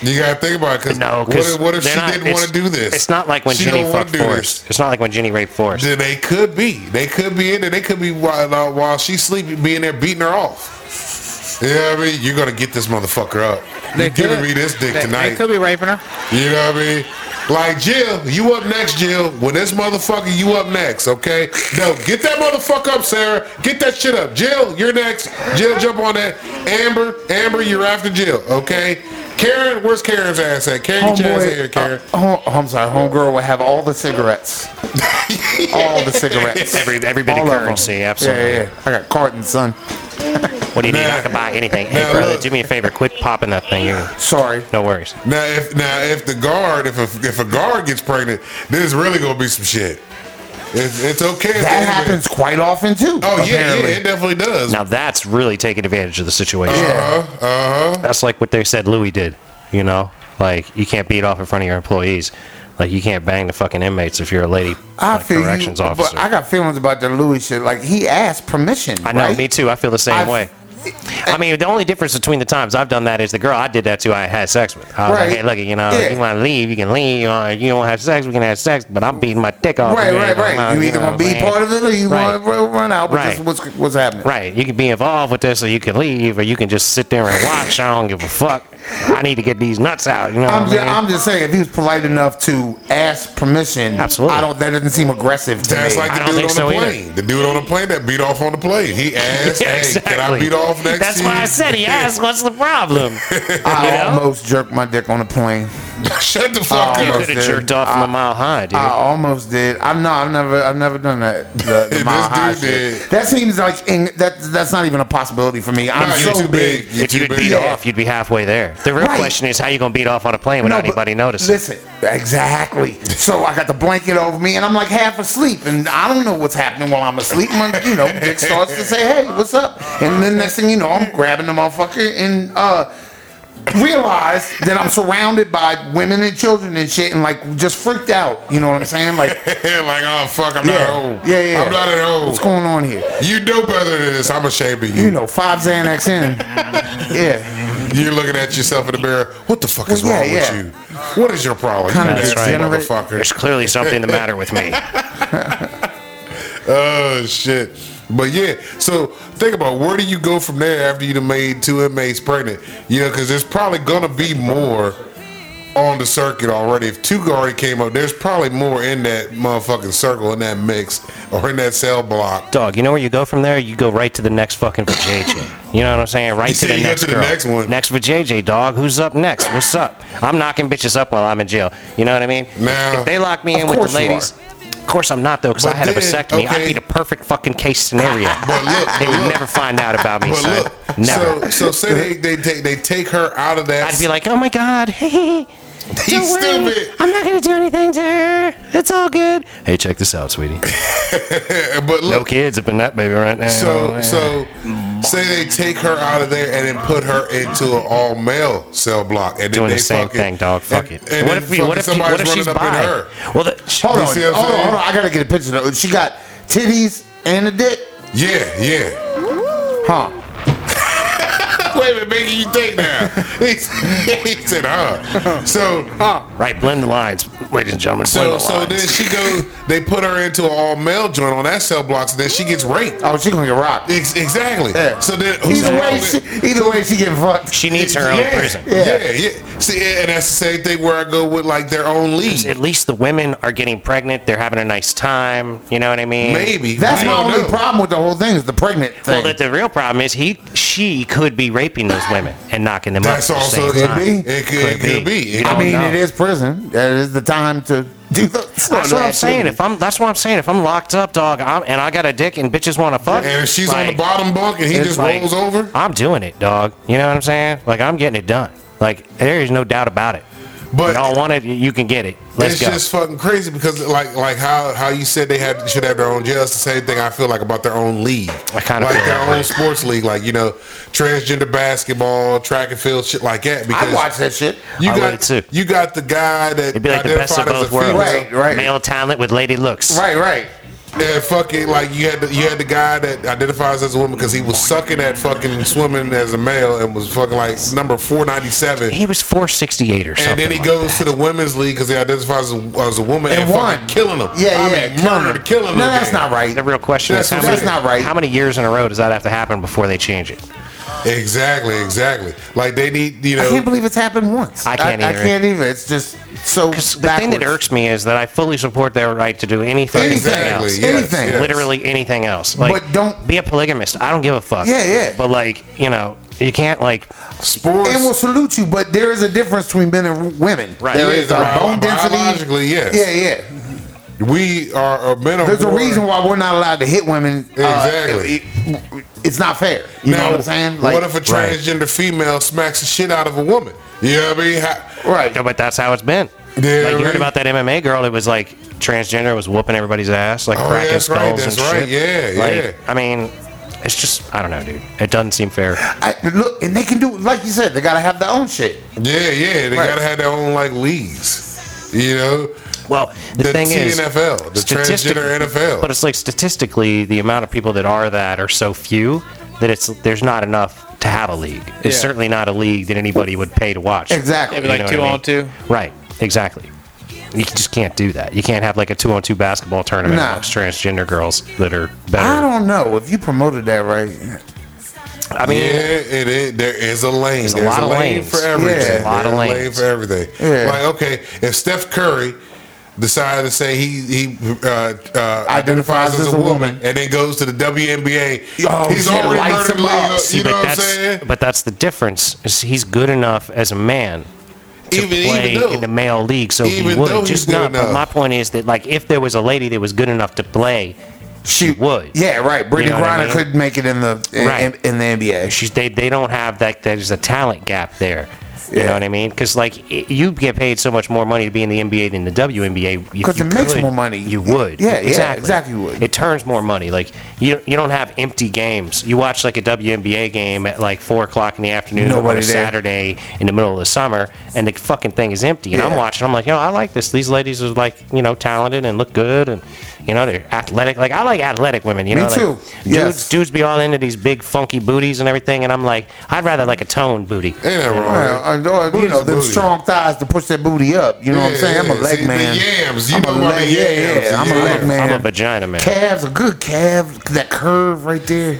Speaker 2: You gotta think about it, because
Speaker 1: No,
Speaker 2: what,
Speaker 1: because
Speaker 2: if- what if she didn't want to do this?
Speaker 1: It's not like when
Speaker 2: She
Speaker 1: Jenny
Speaker 2: don't wanna
Speaker 1: fucked
Speaker 2: do
Speaker 1: Forrest. It's not like when Jenny raped Forrest.
Speaker 2: Then they could be. They could be in there. They could be while, uh, while she's sleeping, being there beating her off. You know what I mean? You're gonna get this motherfucker up. You're giving me this dick
Speaker 5: they,
Speaker 2: tonight.
Speaker 5: They could be raping her.
Speaker 2: You know what I mean? Like Jill, you up next, Jill. When this motherfucker, you up next, okay? No, get that motherfucker up, Sarah. Get that shit up. Jill, you're next. Jill, jump on that. Amber, Amber, you're after Jill, okay? Karen, where's Karen's ass at? Karen, get your ass out here,
Speaker 3: Homeboy,
Speaker 2: Karen.
Speaker 3: uh, oh, I'm sorry. Homegirl would have all the cigarettes, all the cigarettes,
Speaker 1: Every- every bit of
Speaker 3: All 'em.
Speaker 1: currency,
Speaker 3: Yeah,
Speaker 1: absolutely.
Speaker 3: Yeah, yeah. I got cartons, son.
Speaker 1: What do you need? I can buy anything. Hey,
Speaker 2: Now,
Speaker 1: brother,
Speaker 2: look.
Speaker 1: do me a favor. Quit popping that thing. You're,
Speaker 3: Sorry.
Speaker 1: no worries.
Speaker 2: Now, if now if the guard, if a, if a guard gets pregnant, there's really gonna be some shit. It's, it's okay. if
Speaker 3: That
Speaker 2: anybody-
Speaker 3: happens quite often too.
Speaker 2: Oh yeah, yeah,
Speaker 3: apparently.
Speaker 2: it definitely does.
Speaker 1: Now that's really taking advantage of the situation.
Speaker 2: Uh huh. Uh huh.
Speaker 1: That's like what they said Louis did. You know, like you can't beat off in front of your employees. Like you can't bang the fucking inmates if you're a lady
Speaker 3: I
Speaker 1: like,
Speaker 3: feel
Speaker 1: corrections
Speaker 3: you,
Speaker 1: officer.
Speaker 3: but I
Speaker 1: I,
Speaker 3: got feelings about the Louis shit. Like he asked permission.
Speaker 1: know.
Speaker 3: right?
Speaker 1: Me too. I feel the same
Speaker 3: I've-
Speaker 1: way. I mean, the only difference between the times I've done that is the girl I did that to, I had sex with. I was
Speaker 3: Right.
Speaker 1: like, hey, look, you know,
Speaker 3: Yeah.
Speaker 1: you want to leave, you can leave. You, know, you don't have sex, we can have sex, but I'm beating my dick off.
Speaker 3: Right,
Speaker 1: You
Speaker 3: right,
Speaker 1: know,
Speaker 3: right.
Speaker 1: I'm-
Speaker 3: You either
Speaker 1: know
Speaker 3: gonna
Speaker 1: what
Speaker 3: be
Speaker 1: I'm
Speaker 3: part
Speaker 1: saying?
Speaker 3: of it or you
Speaker 1: Right.
Speaker 3: want to run out. But
Speaker 1: Right.
Speaker 3: this is what's what's happening.
Speaker 1: Right. You can be involved with this, or you can leave, or you can just sit there and watch. I don't give a fuck. I need to get these nuts out. You know
Speaker 3: I'm
Speaker 1: what
Speaker 3: just,
Speaker 1: I mean?
Speaker 3: I'm just saying, if he was polite enough to ask permission,
Speaker 1: Absolutely.
Speaker 3: I don't. That doesn't seem aggressive to
Speaker 2: That's
Speaker 3: me.
Speaker 2: like
Speaker 1: I
Speaker 2: the
Speaker 1: don't
Speaker 2: dude on
Speaker 1: think so
Speaker 2: the
Speaker 1: either.
Speaker 2: plane. The dude on the plane that beat off on the plane. He asked,
Speaker 1: Yeah,
Speaker 2: "Hey, can I
Speaker 1: exactly.
Speaker 2: beat off next
Speaker 1: That's
Speaker 2: to
Speaker 1: why
Speaker 2: you?"
Speaker 1: I said he asked, what's the problem?
Speaker 3: I
Speaker 1: you know?
Speaker 3: almost jerked my dick on a plane.
Speaker 2: Shut the fuck
Speaker 3: Oh,
Speaker 1: You
Speaker 2: up.
Speaker 1: could have jerked off from a mile high, dude.
Speaker 3: I almost did. I'm not. I've never. I've never done that. The, the
Speaker 2: This
Speaker 3: mile high
Speaker 2: dude
Speaker 3: shit.
Speaker 2: did.
Speaker 3: That seems like in, that. That's not even a possibility for me. I'm
Speaker 2: Nah, you're
Speaker 3: so
Speaker 2: too
Speaker 3: big.
Speaker 2: big. You're
Speaker 1: if you
Speaker 2: too
Speaker 1: could
Speaker 2: big.
Speaker 1: beat
Speaker 3: Yeah.
Speaker 1: off, you'd be halfway there. The real
Speaker 3: Right.
Speaker 1: question is how you gonna beat off on a plane without
Speaker 3: No, but
Speaker 1: anybody noticing.
Speaker 3: Listen, exactly. So I got the blanket over me, and I'm like half asleep, and I don't know what's happening while I'm asleep. My, you know, Dick starts to say, "Hey, what's up?" And then next thing you know, I'm grabbing the motherfucker and uh, realize that I'm surrounded by women and children and shit, and like just freaked out. You know what I'm saying? Like,
Speaker 2: like, oh fuck, I'm not
Speaker 3: yeah,
Speaker 2: old.
Speaker 3: yeah, yeah.
Speaker 2: I'm not at
Speaker 3: What's
Speaker 2: home.
Speaker 3: going on here?
Speaker 2: You know better than this. I'm ashamed of
Speaker 3: You
Speaker 2: you.
Speaker 3: know, five Xanax in. Yeah,
Speaker 2: You're looking at yourself in the mirror. What the fuck is
Speaker 3: Well, yeah, yeah.
Speaker 2: wrong with you? What is your problem?
Speaker 3: Kinda
Speaker 2: you nasty
Speaker 3: degenerate.
Speaker 1: There's
Speaker 2: motherfucker.
Speaker 1: clearly something the matter with me.
Speaker 2: Oh shit. But yeah, so think about where do you go from there after you done made two inmates pregnant? You know, because there's probably gonna be more on the circuit already. If two already came up, there's probably more in that motherfucking circle, in that mix, or in that cell block.
Speaker 1: Dog, you know where you go from there? You go right to the next fucking vajayjay. You know what I'm saying? Right to
Speaker 2: said
Speaker 1: the
Speaker 2: you go
Speaker 1: next
Speaker 2: to the
Speaker 1: girl.
Speaker 2: next one.
Speaker 1: Next vajayjay, dog. Who's up next? What's up? I'm knocking bitches up while I'm in jail. You know what I mean?
Speaker 2: Now-
Speaker 1: if they lock me in
Speaker 3: Of
Speaker 1: with
Speaker 3: course
Speaker 1: the
Speaker 3: you
Speaker 1: ladies, of course I'm not though, because I
Speaker 2: But
Speaker 1: had a
Speaker 2: then,
Speaker 1: vasectomy. I'd
Speaker 2: okay.
Speaker 1: be the perfect fucking case scenario.
Speaker 2: But look,
Speaker 1: they
Speaker 2: but
Speaker 1: would
Speaker 2: look,
Speaker 1: never find out about me,
Speaker 2: but
Speaker 1: son.
Speaker 2: look.
Speaker 1: never.
Speaker 2: So, so say they, they take they take her out of that.
Speaker 1: I'd be like, oh my god,
Speaker 2: He's
Speaker 1: Don't worry.
Speaker 2: stupid.
Speaker 1: I'm not gonna do anything to her. It's all good. Hey, check this out, sweetie.
Speaker 2: But
Speaker 1: No
Speaker 2: look,
Speaker 1: kids up in that baby right now.
Speaker 2: so
Speaker 1: Oh,
Speaker 2: so say they take her out of there and then put her into an all male cell block and then
Speaker 1: doing
Speaker 2: they
Speaker 1: the same
Speaker 2: fucking-
Speaker 1: thing, dog. Fuck
Speaker 2: and-
Speaker 1: it.
Speaker 2: And
Speaker 1: what
Speaker 2: then
Speaker 1: if we, what
Speaker 2: fucking
Speaker 1: if, she- what
Speaker 2: somebody's
Speaker 1: if she's
Speaker 2: running
Speaker 1: bi?
Speaker 2: up in her?
Speaker 1: Well, the, sh-
Speaker 3: hold on,
Speaker 2: see
Speaker 3: hold
Speaker 2: what
Speaker 3: on,
Speaker 2: I'm saying?
Speaker 3: hold on. I gotta get a picture though. She got titties and a dick,
Speaker 2: Yeah, yeah.
Speaker 3: huh?
Speaker 2: Wait a minute, making you think now. he said, huh? So,
Speaker 1: right? Blend the lines, ladies and gentlemen.
Speaker 2: so,
Speaker 1: blend the
Speaker 2: so
Speaker 1: lines.
Speaker 2: then she goes. They put her into an all male joint on that cell block, and then she gets raped.
Speaker 3: Oh, she gonna get rocked.
Speaker 2: Ex- exactly.
Speaker 3: Yeah.
Speaker 2: So then, who's
Speaker 3: Either way,
Speaker 2: wrong with-
Speaker 3: she, either way, she get fucked.
Speaker 1: she needs her own
Speaker 2: yeah,
Speaker 1: prison.
Speaker 2: Yeah. yeah, See, and that's the same thing where I go with like their own league.
Speaker 1: At least the women are getting pregnant. They're having a nice time. You know what I mean?
Speaker 2: Maybe
Speaker 3: That's
Speaker 2: We
Speaker 3: my
Speaker 2: don't
Speaker 3: only
Speaker 2: know.
Speaker 3: problem with the whole thing is the pregnant
Speaker 1: Well,
Speaker 3: thing.
Speaker 1: that the real problem is he, she could be raping those women and knocking them
Speaker 2: That's
Speaker 1: up. at the same
Speaker 2: also could
Speaker 1: time.
Speaker 2: be. It could, it could be.
Speaker 1: You
Speaker 2: It
Speaker 1: don't
Speaker 3: I mean,
Speaker 1: know.
Speaker 3: it is prison. That is the time to do those.
Speaker 1: That's what I'm saying.
Speaker 3: activities.
Speaker 1: If I'm, that's what I'm saying. If I'm locked up, dog, I'm, and I got a dick and bitches want to fuck,
Speaker 2: And if she's on the
Speaker 1: like,
Speaker 2: bottom bunk and he
Speaker 1: it's
Speaker 2: just
Speaker 1: like-
Speaker 2: rolls over,
Speaker 1: I'm doing it, dog. You know what I'm saying? Like I'm getting it done. Like there is no doubt about it.
Speaker 2: but
Speaker 1: Y'all want it, you can get it. Let's
Speaker 2: it's
Speaker 1: go.
Speaker 2: just fucking crazy because like like how how you said they had should have their own jail. It's the same thing I feel like about their own league.
Speaker 1: I kinda
Speaker 2: like
Speaker 1: feel
Speaker 2: their
Speaker 1: that
Speaker 2: own
Speaker 1: way.
Speaker 2: sports league, like you know, transgender basketball, track and field, shit like that. Because
Speaker 3: I watch that shit.
Speaker 2: You
Speaker 1: I
Speaker 2: got
Speaker 1: would too.
Speaker 2: you got the guy that
Speaker 1: It'd be like the best of
Speaker 2: identified as a
Speaker 1: both worlds.
Speaker 2: female.
Speaker 3: Right, right.
Speaker 1: Male talent with lady looks.
Speaker 3: Right, right.
Speaker 2: And fucking like you had the, you had the guy that identifies as a woman because he was sucking at fucking swimming as a male and was fucking like number four ninety seven.
Speaker 1: He was 468 or something.
Speaker 2: And then he
Speaker 1: like
Speaker 2: goes
Speaker 1: that.
Speaker 2: to the women's league because he identifies as a, as a woman and,
Speaker 3: And won.
Speaker 2: fucking killing them.
Speaker 3: Yeah,
Speaker 2: I
Speaker 3: yeah,
Speaker 2: mean, murdered, killing them.
Speaker 3: No, that's not right.
Speaker 1: The real question is
Speaker 2: That's
Speaker 1: how
Speaker 2: what I'm
Speaker 1: many,
Speaker 3: That's not right.
Speaker 1: how many years in a row does that have to happen before they change it?
Speaker 2: Exactly, exactly. Like they need, you
Speaker 3: I
Speaker 2: know,
Speaker 3: can't believe it's happened once.
Speaker 1: I can't
Speaker 3: I,
Speaker 1: either.
Speaker 3: can't either. It's just so backwards.
Speaker 1: The thing that irks me is that I fully support their right to do any fucking thing
Speaker 2: exactly.
Speaker 1: else.
Speaker 2: Yes,
Speaker 3: Anything.
Speaker 2: yes.
Speaker 1: Literally anything else. Like,
Speaker 3: But don't-
Speaker 1: be a polygamist. I don't give a fuck.
Speaker 3: Yeah, yeah.
Speaker 1: But like, you know, you can't like
Speaker 2: sports.
Speaker 3: and will salute you, but there is a difference between men and women.
Speaker 1: Right.
Speaker 3: There
Speaker 1: Yeah,
Speaker 3: is a
Speaker 2: bio-
Speaker 3: bone density.
Speaker 2: Biologically, yes.
Speaker 3: Yeah, yeah.
Speaker 2: We are uh, men. are
Speaker 3: There's a
Speaker 2: born-
Speaker 3: reason why we're not allowed to hit women. uh,
Speaker 2: Exactly.
Speaker 3: it- it- it's not fair. You know
Speaker 2: Now,
Speaker 3: what I'm saying?
Speaker 2: what if a transgender female smacks the shit out of a woman? You know what I mean? How,
Speaker 3: right?
Speaker 1: No, but that's how it's been.
Speaker 2: Yeah,
Speaker 1: like you
Speaker 2: right.
Speaker 1: heard about that MMA girl that was like transgender was whooping everybody's ass, like
Speaker 2: Oh, yeah,
Speaker 1: cracking
Speaker 2: that's
Speaker 1: skulls
Speaker 2: right, that's
Speaker 1: and
Speaker 2: right.
Speaker 1: shit.
Speaker 2: Yeah,
Speaker 1: like,
Speaker 2: yeah.
Speaker 1: I mean, it's just I don't know, dude. It doesn't seem fair.
Speaker 3: I, look, and they can do like you said. They gotta have their own shit.
Speaker 2: yeah, yeah. They
Speaker 3: Right.
Speaker 2: gotta have their own like leagues. You know,
Speaker 1: Well, the,
Speaker 2: the
Speaker 1: thing is,
Speaker 2: TNFL, the
Speaker 1: statistic-
Speaker 2: transgender NFL.
Speaker 1: But it's like statistically, the amount of people that are that are so few that it's there's not enough to have a league. It's
Speaker 5: Yeah.
Speaker 1: certainly not a league that anybody would pay to watch.
Speaker 3: Exactly.
Speaker 5: It'd be like
Speaker 1: You know
Speaker 5: two
Speaker 1: what I
Speaker 5: on
Speaker 1: mean?
Speaker 5: two.
Speaker 1: Right. Exactly. You just can't do that. You can't have like a two on two basketball tournament
Speaker 3: Nah.
Speaker 1: amongst transgender girls that are better.
Speaker 3: I don't know if you promoted that right.
Speaker 1: I mean,
Speaker 2: yeah, it is. There is a lane. There's,
Speaker 1: a lot
Speaker 2: a
Speaker 1: of
Speaker 2: lane
Speaker 1: lanes.
Speaker 2: for everything.
Speaker 3: There's
Speaker 1: a lot of
Speaker 2: There's a lane
Speaker 1: lanes.
Speaker 2: for everything.
Speaker 3: Yeah.
Speaker 2: Like okay, if Steph Curry decided to say he he uh, uh, identifies as, a woman, and then goes to the WNBA,
Speaker 3: Oh,
Speaker 2: he's
Speaker 3: shit,
Speaker 2: already
Speaker 3: lights
Speaker 2: murdered
Speaker 3: him up.
Speaker 2: league,
Speaker 1: See,
Speaker 2: You know
Speaker 1: but
Speaker 2: what I'm
Speaker 1: that's
Speaker 2: saying?
Speaker 1: but that's the difference. Is he's good enough as a man to
Speaker 2: Even- even
Speaker 1: play
Speaker 2: though-
Speaker 1: in the male league, so
Speaker 2: even
Speaker 1: he would.
Speaker 2: though he's
Speaker 1: Just
Speaker 2: good
Speaker 1: not. But
Speaker 2: enough.
Speaker 1: my point is that like if there was a lady that was good enough to play, she would.
Speaker 3: Yeah, right. Brittany
Speaker 1: know what I
Speaker 3: Griner
Speaker 1: mean?
Speaker 3: could make it in the in,
Speaker 1: Right.
Speaker 3: in, in the NBA.
Speaker 1: She's they they don't have that. There's a talent gap there. You
Speaker 3: Yeah.
Speaker 1: know what I mean? Because like i- you get paid so much more money to be in the NBA than the WNBA. If
Speaker 3: 'Cause
Speaker 1: you
Speaker 3: it makes
Speaker 1: could,
Speaker 3: more money.
Speaker 1: You would.
Speaker 3: Yeah, yeah, exactly you would.
Speaker 1: It turns more money. Like you you don't have empty games. You watch like a WNBA game at like four o'clock in the afternoon on
Speaker 3: Nobody
Speaker 1: a
Speaker 3: there.
Speaker 1: Saturday in the middle of the summer, and the fucking thing is empty. And I'm
Speaker 3: Yeah.
Speaker 1: watching. I'm like, you know, I like this. These ladies are like, you know, talented and look good, and you know, they're athletic. Like I like athletic women. You
Speaker 3: Me
Speaker 1: know, like,
Speaker 3: too.
Speaker 1: Dudes,
Speaker 3: Yes.
Speaker 1: dudes be all into these big funky booties and everything, and I'm like, I'd rather like a toned booty.
Speaker 2: Ain't that wrong?
Speaker 3: Well, I know, uh, you
Speaker 2: Booty's
Speaker 3: know,
Speaker 2: a
Speaker 3: them
Speaker 2: booty.
Speaker 3: strong thighs to push that booty up. You know what I'm
Speaker 2: Yeah,
Speaker 3: saying? I'm a
Speaker 2: yeah.
Speaker 3: leg
Speaker 2: See, the
Speaker 3: man.
Speaker 2: yams. You
Speaker 3: I'm
Speaker 2: know
Speaker 3: a
Speaker 2: about the
Speaker 3: leg, yeah,
Speaker 2: yams,
Speaker 3: yeah. I'm
Speaker 2: yeah.
Speaker 3: a leg man.
Speaker 1: I'm a vagina man.
Speaker 3: Calves, a good calf, that curve right there.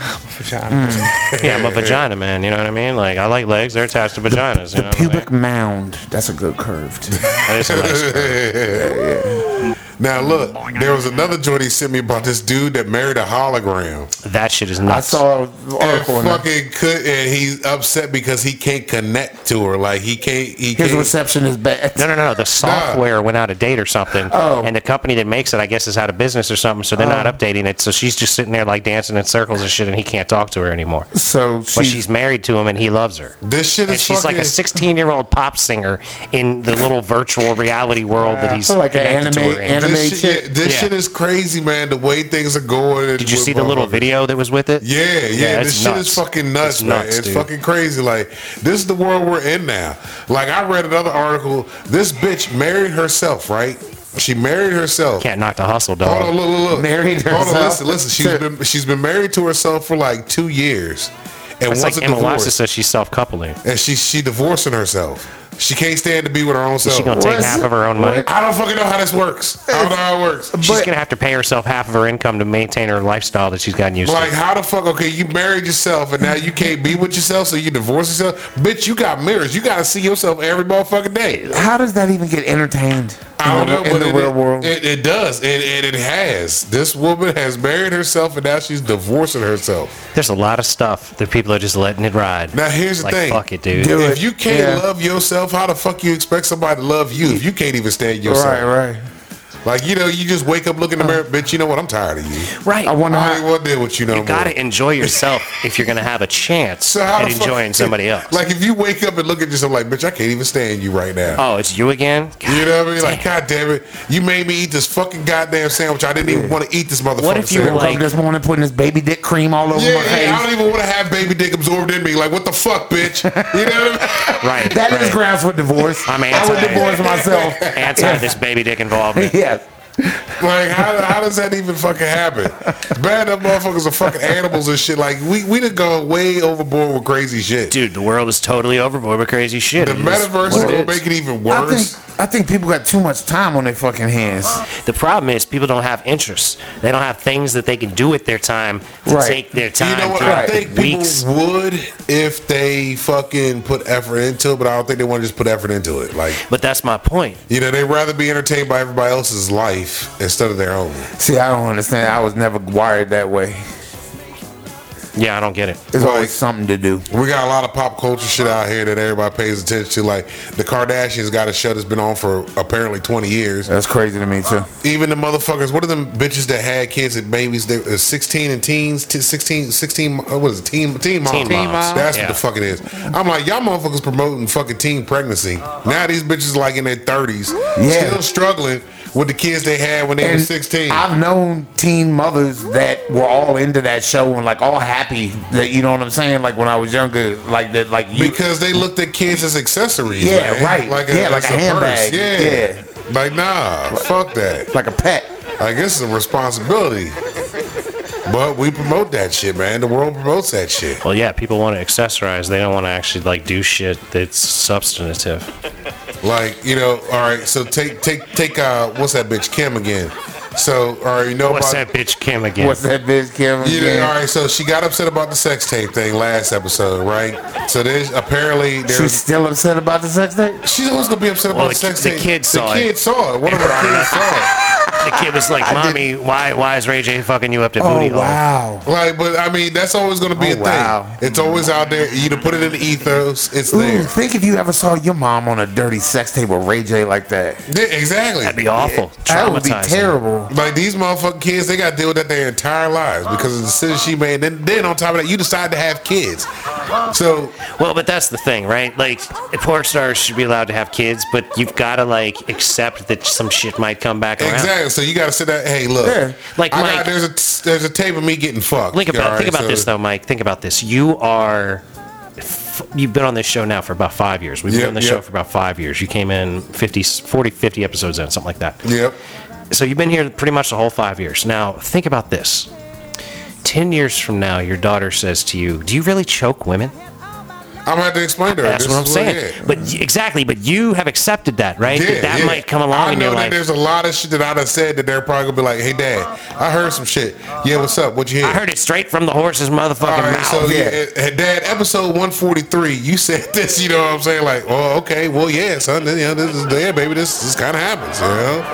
Speaker 1: Yeah, I'm a vagina man. You know what I mean? Like I like legs; they're attached to vaginas. you
Speaker 3: The
Speaker 1: know?
Speaker 3: pubic mound. That's a good curve. too.
Speaker 1: Like, that is a nice-
Speaker 2: Now look, there was another joint he sent me about this dude that married a hologram.
Speaker 1: that shit is
Speaker 3: I
Speaker 1: nuts.
Speaker 3: saw an
Speaker 2: And
Speaker 3: article. on that.
Speaker 2: fucking could, and he's upset because he can't connect to her. Like he can't. He
Speaker 3: His
Speaker 2: can't.
Speaker 3: reception is bad.
Speaker 1: No, no, no. The software went out of date or something,
Speaker 3: Oh.
Speaker 1: and the company that makes it, I guess, is out of business or something. So they're not updating it. So she's just sitting there like dancing in circles and shit, and he can't talk to her anymore.
Speaker 3: So
Speaker 1: But
Speaker 3: she's,
Speaker 1: she's married to him, and he loves her.
Speaker 2: This shit is
Speaker 1: and she's
Speaker 2: fucking.
Speaker 1: like a 16 year old pop singer in the little virtual reality world that he's
Speaker 3: Like an
Speaker 1: connected to
Speaker 3: anime-
Speaker 1: her in.
Speaker 3: anime-
Speaker 2: this shit,
Speaker 3: chick.
Speaker 2: yeah, this
Speaker 1: Yeah.
Speaker 2: shit is crazy, man. The way things are going. and
Speaker 1: Did you
Speaker 2: with
Speaker 1: see the little
Speaker 2: motherfuckers.
Speaker 1: video that was with it?
Speaker 2: Yeah, yeah.
Speaker 1: it's
Speaker 2: this shit is fucking nuts,
Speaker 1: It's
Speaker 2: man.
Speaker 1: nuts,
Speaker 2: it's
Speaker 1: dude.
Speaker 2: fucking crazy. Like this is the world we're in now. Like I read another article. This bitch married herself, right? She married herself.
Speaker 1: Can't knock the hustle, dog.
Speaker 2: Hold on, look, look, look.
Speaker 3: Married
Speaker 2: Hold on,
Speaker 3: herself?
Speaker 2: listen, listen. She's been she's been married to herself for like two years, and
Speaker 1: it's
Speaker 2: once
Speaker 1: like
Speaker 2: a
Speaker 1: Emma Watson
Speaker 2: divorce,
Speaker 1: says she's self coupling.
Speaker 2: and she she divorcing herself. She can't stand to be with her own self.
Speaker 1: She's gonna take
Speaker 3: What?
Speaker 1: half of her own money.
Speaker 2: I don't fucking know how this works. I don't know how it works.
Speaker 1: She's
Speaker 3: but-
Speaker 1: gonna have to pay herself half of her income to maintain her lifestyle that she's gotten used
Speaker 2: Like
Speaker 1: to.
Speaker 2: how the fuck? Okay, you married yourself, and now you can't be with yourself, so you divorce yourself. Bitch, you got mirrors. You gotta see yourself every motherfucking day.
Speaker 3: how does that even get entertained?
Speaker 2: I
Speaker 3: in
Speaker 2: don't know
Speaker 3: the, in
Speaker 2: but
Speaker 3: the
Speaker 2: it-
Speaker 3: real world.
Speaker 2: It, it does, and, and it has. This woman has married herself, and now she's divorcing herself.
Speaker 1: There's a lot of stuff that people are just letting it ride.
Speaker 2: Now, here's the
Speaker 1: like,
Speaker 2: thing.
Speaker 1: fuck it, dude.
Speaker 3: Do
Speaker 2: if
Speaker 3: it.
Speaker 2: you can't
Speaker 3: Yeah.
Speaker 2: love yourself, how the fuck you expect somebody to love you if you can't even stand
Speaker 3: right,
Speaker 2: yourself?
Speaker 3: right.
Speaker 2: Like you know, you just wake up, look in the mirror, bitch. You know what? I'm tired of you.
Speaker 1: right.
Speaker 3: I wonder
Speaker 2: I
Speaker 3: how.
Speaker 2: ain't want to deal with you no
Speaker 1: you
Speaker 2: more.
Speaker 1: gotta enjoy yourself if you're gonna have a chance
Speaker 2: So how
Speaker 1: at
Speaker 2: the fuck-
Speaker 1: enjoying somebody else.
Speaker 2: Like if you wake up and look at yourself, like bitch, I can't even stand you right now.
Speaker 1: oh, it's you again.
Speaker 2: You know what I mean? Like, god damn it, you made me eat this fucking goddamn sandwich. I didn't even want to eat this motherfucker.
Speaker 1: What if you were
Speaker 3: Woke
Speaker 1: like-
Speaker 3: up this morning putting this baby dick cream all over
Speaker 2: Yeah,
Speaker 3: my face.
Speaker 2: yeah, I don't even want to have baby dick absorbed in me. Like, what the fuck, bitch? You know what I mean?
Speaker 1: Right.
Speaker 3: That is
Speaker 1: right.
Speaker 3: grounds for divorce.
Speaker 1: I'm
Speaker 3: I would
Speaker 1: anti-
Speaker 3: divorce myself.
Speaker 1: Anti this baby dick involvement.
Speaker 3: yes.
Speaker 2: Like, how, how does that even fucking happen? It's bad that motherfuckers are fucking animals and shit. Like, we, we done gone way overboard with crazy shit.
Speaker 1: Dude, the world is totally overboard with crazy shit.
Speaker 2: the
Speaker 1: It is
Speaker 2: metaverse is
Speaker 1: what it
Speaker 2: gonna
Speaker 1: is.
Speaker 2: make it even
Speaker 3: I
Speaker 2: worse.
Speaker 3: think I think people got too much time on their fucking hands.
Speaker 1: The problem is people don't have interests. They don't have things that they can do with their time to
Speaker 3: Right.
Speaker 1: take their time
Speaker 2: you know what? I
Speaker 1: throughout
Speaker 2: think
Speaker 1: the weeks.
Speaker 2: people would if they fucking put effort into it, but I don't think they want to just put effort into it. Like,
Speaker 1: But that's my point.
Speaker 2: you know, they'd rather be entertained by everybody else's life instead of their own.
Speaker 3: See, I don't understand. I was never wired that way.
Speaker 1: Yeah, I don't get it.
Speaker 3: There's
Speaker 2: Right.
Speaker 3: always something to do.
Speaker 2: We got a lot of pop culture shit out here that everybody pays attention to. Like, the Kardashians got a show that's been on for apparently 20 years.
Speaker 3: That's crazy to me too.
Speaker 2: Even the motherfuckers, what are them bitches that had kids and babies? They were 16 and teens, t- 16, 16, uh, what is it? Teen, teen mom.
Speaker 1: Teen moms.
Speaker 5: moms.
Speaker 2: That's
Speaker 1: Yeah.
Speaker 2: what the fuck it is. I'm like, y'all motherfuckers promoting fucking teen pregnancy. Now these bitches like in their 30s,
Speaker 3: Yeah.
Speaker 2: still struggling with the kids they had when they were 16.
Speaker 3: I've known teen mothers that were all into that show and like all happy that you know what I'm saying. Like when I was younger, like that, like you.
Speaker 2: because they looked at kids as accessories.
Speaker 3: Yeah,
Speaker 2: man.
Speaker 3: right.
Speaker 2: Like a,
Speaker 3: Yeah, like a handbag.
Speaker 2: Yeah. Like, nah, fuck that.
Speaker 3: like a pet.
Speaker 2: Like, this is a responsibility. But we promote that shit, man. The world promotes that shit.
Speaker 1: Well, yeah, people want to accessorize. They don't want to actually like do shit that's substantive.
Speaker 2: Like, you know, all right, so take, take, take, uh, what's that bitch, Kim again? So, all right, you know
Speaker 1: What's
Speaker 2: about
Speaker 1: that bitch Kim again?
Speaker 3: What's that bitch, Kevin?
Speaker 2: You know, all right. So she got upset about the sex tape thing last episode, right? So there's apparently
Speaker 3: She's
Speaker 2: there's
Speaker 3: still upset about the sex date.
Speaker 2: she's always gonna be upset
Speaker 1: Well,
Speaker 2: about the
Speaker 1: the
Speaker 2: sex
Speaker 1: ki- the
Speaker 2: tape.
Speaker 1: kid saw
Speaker 2: the
Speaker 1: it.
Speaker 2: kid saw it. One of her kids saw
Speaker 1: The kid was like, "Mommy, why why is Ray J fucking you up
Speaker 2: Oh,
Speaker 1: to booty hole?"
Speaker 2: it. Like, but I mean, that's always gonna be
Speaker 3: Oh,
Speaker 2: a thing.
Speaker 3: wow.
Speaker 2: It's always out there. You to put it in the ethos. It's
Speaker 3: Ooh,
Speaker 2: there.
Speaker 3: think if you ever saw your mom on a dirty sex tape with Ray J like that.
Speaker 2: Yeah, exactly.
Speaker 1: That'd be awful.
Speaker 3: That would be
Speaker 1: Traumatizing.
Speaker 3: terrible.
Speaker 2: Like these motherfucking kids, they got to deal with that their entire lives because of the decision she made. Then, then on top of that, you decide to have kids. So
Speaker 1: Well, but that's the thing, right? Like, porn stars should be allowed to have kids, but you've got to like accept that some shit might come back around.
Speaker 2: Exactly. So you got to sit there. Hey, look.
Speaker 3: Yeah.
Speaker 1: Oh, Like,
Speaker 2: I
Speaker 1: Mike-
Speaker 2: got, there's a there's a tape of me getting fucked.
Speaker 1: Think about
Speaker 2: All
Speaker 1: think
Speaker 2: right,
Speaker 1: about
Speaker 2: so-
Speaker 1: this though, Mike. Think about this. You are f- you've been on this show now for about five years. We've
Speaker 2: Yep,
Speaker 1: been on this
Speaker 2: yep.
Speaker 1: show for about five years. You came in 50, 40, 50 episodes in, something like that.
Speaker 2: Yep.
Speaker 1: So you've been here pretty much the whole five years. Now think about this. Ten years from now, your daughter says to you, "Do you really choke women?"
Speaker 2: I'm gonna have to explain to her.
Speaker 1: That's
Speaker 2: Uh, this
Speaker 1: what I'm
Speaker 2: is
Speaker 1: saying.
Speaker 2: it is.
Speaker 1: But y- exactly, but you have accepted that, right?
Speaker 2: Yeah,
Speaker 1: that that
Speaker 2: yeah.
Speaker 1: might come along
Speaker 2: I
Speaker 1: in
Speaker 2: know
Speaker 1: your
Speaker 2: that
Speaker 1: life.
Speaker 2: there's a lot of shit that I done said that they're probably gonna be like, "Hey, Dad, I heard some shit. Yeah, what's up? What you hear?"
Speaker 1: I heard it straight from the horse's motherfucking
Speaker 2: All right,
Speaker 1: mouth.
Speaker 2: so
Speaker 3: Yeah.
Speaker 2: yeah, eh, Dad, episode 143, you said this. You know what I'm saying? Like, oh, okay, well, yeah, son. You know, this is yeah, baby. This this kind of happens. You know,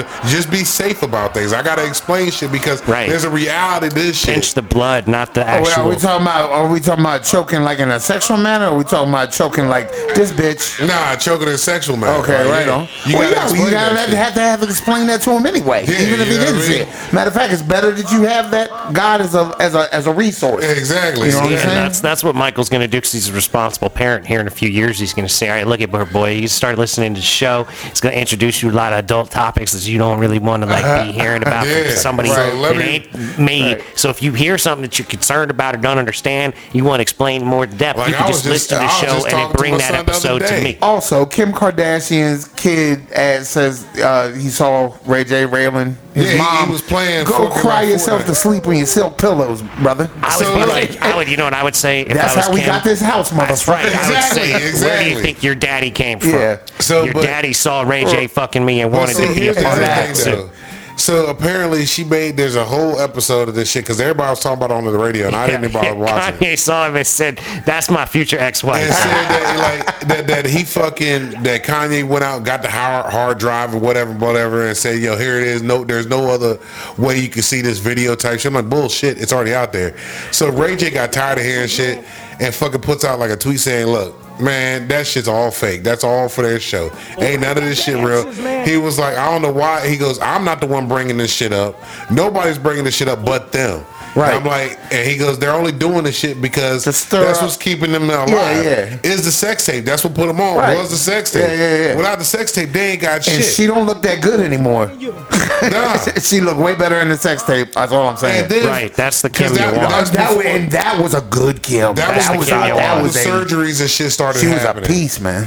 Speaker 2: Yeah, just be safe about things. I gotta explain shit because
Speaker 1: Right.
Speaker 2: there's a reality to this shit.
Speaker 1: Pinch the blood, not the
Speaker 2: Oh,
Speaker 3: Wait,
Speaker 1: actual.
Speaker 3: are we talking about? Are we talking about choking like in a sexual manner? Or are we talking about choking like this bitch?
Speaker 2: Nah, choking is sexual man.
Speaker 3: Okay, right on.
Speaker 2: You
Speaker 3: well,
Speaker 2: gotta,
Speaker 3: Oh, yeah,
Speaker 2: explain
Speaker 3: you gotta
Speaker 2: that
Speaker 3: have,
Speaker 2: shit.
Speaker 3: have to have to explain that to him anyway,
Speaker 2: Yeah,
Speaker 3: even if he
Speaker 2: you know
Speaker 3: didn't
Speaker 2: what I
Speaker 3: see
Speaker 2: mean?
Speaker 3: it. Matter of fact, it's better that you have that God as a as a as a resource.
Speaker 2: Exactly.
Speaker 3: You know what I'm
Speaker 1: Yeah,
Speaker 2: Yeah.
Speaker 3: saying?
Speaker 1: that's that's what Michael's going to do because he's a responsible parent. Here in a few years, he's going to say, "All right, look at her boy. You start listening to the show. It's going to introduce you to a lot of adult topics that you don't really want to like be hearing about
Speaker 2: Yeah,
Speaker 1: from somebody
Speaker 2: right, let
Speaker 1: that
Speaker 2: me-
Speaker 1: ain't me." So if you hear something that you're concerned about or don't understand, you want to explain more in depth.
Speaker 2: Like,
Speaker 1: you can
Speaker 2: I
Speaker 1: just,
Speaker 2: was just-
Speaker 1: listen to the
Speaker 2: I was just
Speaker 1: show and
Speaker 2: talking
Speaker 1: then
Speaker 2: to
Speaker 1: bring
Speaker 2: my
Speaker 1: that
Speaker 2: son the other
Speaker 1: episode to
Speaker 2: day. Oh,
Speaker 1: me.
Speaker 3: Also, Kim Kardashian's kid uh, says uh, he saw Ray J railing his
Speaker 2: Yeah, he-
Speaker 3: mom.
Speaker 2: he was playing
Speaker 3: Go
Speaker 2: fucking
Speaker 3: cry
Speaker 2: like
Speaker 3: yourself
Speaker 2: Fortnite."
Speaker 3: to sleep on your silk pillows, brother.
Speaker 1: I would
Speaker 2: So,
Speaker 1: be
Speaker 2: like-
Speaker 1: like, I would, you know, what I would say if
Speaker 3: That's
Speaker 1: I was
Speaker 3: how we
Speaker 1: Kim,
Speaker 3: got this house, motherfucker.
Speaker 1: That's right.
Speaker 2: Exactly,
Speaker 1: I would say, Where do you
Speaker 2: exactly.
Speaker 1: think your daddy came from?
Speaker 3: Yeah.
Speaker 2: So,
Speaker 1: your
Speaker 2: but-
Speaker 1: daddy saw Ray J fucking me and
Speaker 2: Well,
Speaker 1: wanted
Speaker 2: see,
Speaker 1: to be a
Speaker 2: here's the
Speaker 1: part of
Speaker 2: thing,
Speaker 1: that. too.
Speaker 2: though. So apparently she made there's a whole episode of this shit because everybody was talking about it on the radio and I didn't even bother watching. it.
Speaker 1: Kanye saw him and said, "That's my future
Speaker 2: And said
Speaker 1: ex-wife."
Speaker 2: that like that, that he fucking that Kanye went out got the hard, hard drive or whatever whatever and said yo here it is no there's no other way you can see this video type shit I'm like bullshit it's already out there so Ray J got tired of hearing shit and fucking puts out like a tweet saying look Man, that shit's all fake. That's all for their show. Ain't none of this shit real. He was like, I don't know why. He goes, I'm not the one bringing this shit up. Nobody's bringing this shit up but them.
Speaker 3: Right.
Speaker 2: And I'm like, and he goes, they're only doing this shit because
Speaker 3: To
Speaker 2: that's
Speaker 3: stir up-
Speaker 2: what's keeping them alive.
Speaker 3: yeah.
Speaker 2: Is the sex tape? That's what put them on.
Speaker 3: Right.
Speaker 2: Was the sex tape?
Speaker 3: Yeah, yeah, yeah.
Speaker 2: Without the sex tape, they ain't got
Speaker 3: And
Speaker 2: shit.
Speaker 3: she don't look that good anymore.
Speaker 2: Nah.
Speaker 3: she looked way better in the sex tape. That's all I'm saying.
Speaker 2: And then-
Speaker 1: Right, that's the Kim
Speaker 2: 'cause
Speaker 1: you want.
Speaker 2: that's
Speaker 3: that,
Speaker 2: before-
Speaker 3: was, and that was a good kill.
Speaker 2: that
Speaker 3: man.
Speaker 2: was
Speaker 3: that
Speaker 2: the
Speaker 3: was,
Speaker 1: kill
Speaker 2: key.
Speaker 1: you
Speaker 3: a, that
Speaker 1: want.
Speaker 3: was
Speaker 2: the
Speaker 3: a,
Speaker 2: surgeries and shit started
Speaker 3: She was a
Speaker 2: happening.
Speaker 3: piece, man.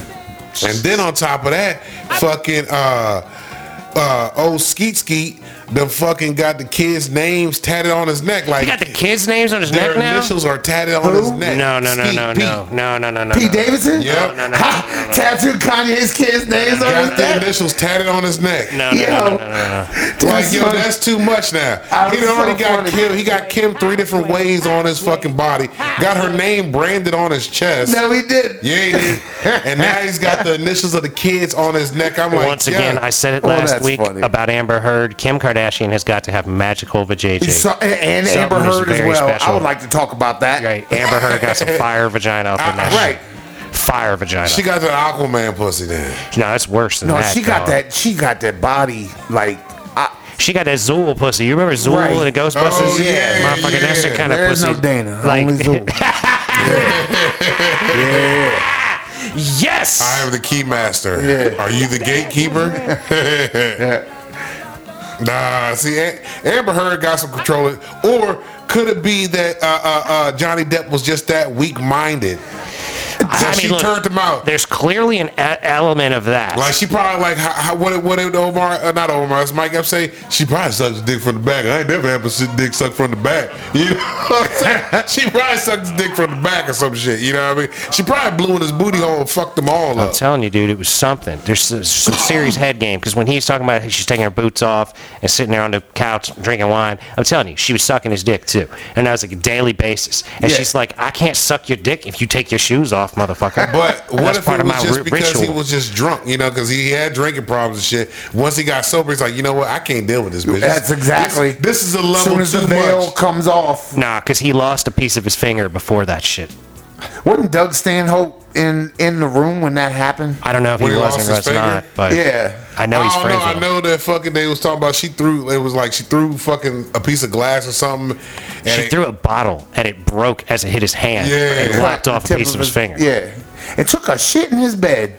Speaker 2: And then on top of that, fucking uh uh, old Skeet Skeet done fucking got the kids' names tatted on his neck. Like
Speaker 1: You got the kids' names on his
Speaker 2: their
Speaker 1: neck now?
Speaker 2: initials are tatted on his neck.
Speaker 1: No, no, no,
Speaker 2: Skeet
Speaker 1: no,
Speaker 2: Pete.
Speaker 1: no, no, no, no, no.
Speaker 3: Pete
Speaker 1: no.
Speaker 3: Davidson?
Speaker 2: Yep.
Speaker 1: No, no, no,
Speaker 3: Ha!
Speaker 1: no, no, no.
Speaker 3: Tattooed Kanye's kid's names on
Speaker 2: Got
Speaker 3: his
Speaker 2: the
Speaker 3: neck.
Speaker 2: initials tatted on his neck.
Speaker 1: No, no, no, no, no, no, no.
Speaker 2: Like,
Speaker 3: That's
Speaker 2: yo,
Speaker 3: funny.
Speaker 2: that's too much now.
Speaker 3: I'm
Speaker 2: He done already
Speaker 3: so
Speaker 2: got
Speaker 3: funny.
Speaker 2: Kim. He got Kim three different ways on his fucking body. Got her name branded on his chest.
Speaker 3: No, he did.
Speaker 2: Yeah, he did. and now he's got the initials of the kids on his neck.
Speaker 3: Oh
Speaker 2: I'm like,
Speaker 1: Once again,
Speaker 2: yeah.
Speaker 1: I said it
Speaker 3: Well,
Speaker 1: last
Speaker 3: Oh, that's
Speaker 1: week
Speaker 3: funny.
Speaker 1: about Amber Heard. Kim Kardashian has got to have magical vajayjay.
Speaker 3: So, and
Speaker 1: Something
Speaker 3: Amber
Speaker 1: was
Speaker 3: Heard as
Speaker 1: very
Speaker 3: well. I
Speaker 1: special.
Speaker 3: would like to talk about that.
Speaker 1: Right, Amber Heard got some fire vagina up in that.
Speaker 3: Uh, Right.
Speaker 1: shit. Fire vagina.
Speaker 2: she got that Aquaman pussy then.
Speaker 1: no, that's worse than
Speaker 3: No,
Speaker 1: that.
Speaker 3: she got
Speaker 1: dog.
Speaker 3: that. She got that body. Like, I,
Speaker 1: She got that Zool pussy. You remember Zool
Speaker 3: Right.
Speaker 1: and Ghostbusters?
Speaker 2: Oh, yeah,
Speaker 1: Motherfucker, that's the
Speaker 2: yeah.
Speaker 1: kind
Speaker 3: there's
Speaker 1: of
Speaker 3: no
Speaker 1: pussy.
Speaker 3: Dana.
Speaker 1: Like-
Speaker 3: only Zool.
Speaker 1: Yes!
Speaker 2: I am the keymaster. Are you the gatekeeper? Nah, see, Am- Amber Heard got some control. Or could it be that uh, uh, uh, Johnny Depp was just that weak-minded? That she turned him out.
Speaker 1: There's clearly an a- element of that.
Speaker 2: Like she probably like how, how, what did- what did Omar uh, not Omar it's Mike up say she probably sucks dick from the back. I ain't never had a shit dick sucked from the back. You know what I'm saying? she probably sucks dick from the back or some shit. You know what I mean? She probably blew in his booty hole and fucked them all
Speaker 1: I'm
Speaker 2: up.
Speaker 1: telling you, dude, it was something. There's some some serious head game because when he's talking about she's taking her boots off and sitting there on the couch drinking wine, I'm telling you, she was sucking his dick too, and that was like a daily basis. And
Speaker 3: Yeah.
Speaker 1: she's like, "I can't suck your dick if you take your shoes off, motherfucker."
Speaker 2: But what
Speaker 1: That's
Speaker 2: if
Speaker 1: part
Speaker 2: it
Speaker 1: of
Speaker 2: was
Speaker 1: my
Speaker 2: just
Speaker 1: ri-
Speaker 2: because he
Speaker 1: ritual.
Speaker 2: was just drunk? You know, because he had drinking problems and shit. Once he got sober, he's like, you know what? I can't deal with this bitch.
Speaker 3: That's
Speaker 2: This-
Speaker 3: exactly.
Speaker 2: This, is a
Speaker 3: As
Speaker 2: level
Speaker 3: soon as
Speaker 2: too
Speaker 3: the veil
Speaker 2: much.
Speaker 3: comes off,
Speaker 1: Nah, because he lost a piece of his finger before that shit.
Speaker 3: wasn't Doug Stanhope in in the room when that happened?
Speaker 1: I don't know if
Speaker 2: When
Speaker 1: he
Speaker 2: he
Speaker 1: was
Speaker 2: lost
Speaker 1: or
Speaker 2: his
Speaker 1: was
Speaker 2: finger?
Speaker 1: not, but
Speaker 3: Yeah.
Speaker 1: I know he's
Speaker 2: I don't
Speaker 1: friends
Speaker 2: know. I
Speaker 1: with him.
Speaker 2: know that fucking they was talking about she threw it was like she threw fucking a piece of glass or something. And
Speaker 1: She
Speaker 2: it-
Speaker 1: threw a bottle and it broke as it hit his hand
Speaker 2: Yeah.
Speaker 1: and
Speaker 2: It
Speaker 1: lopped
Speaker 3: Cracked
Speaker 1: off
Speaker 3: the
Speaker 1: a
Speaker 3: tip
Speaker 1: piece of his finger.
Speaker 3: Yeah, and took a shit in his bed.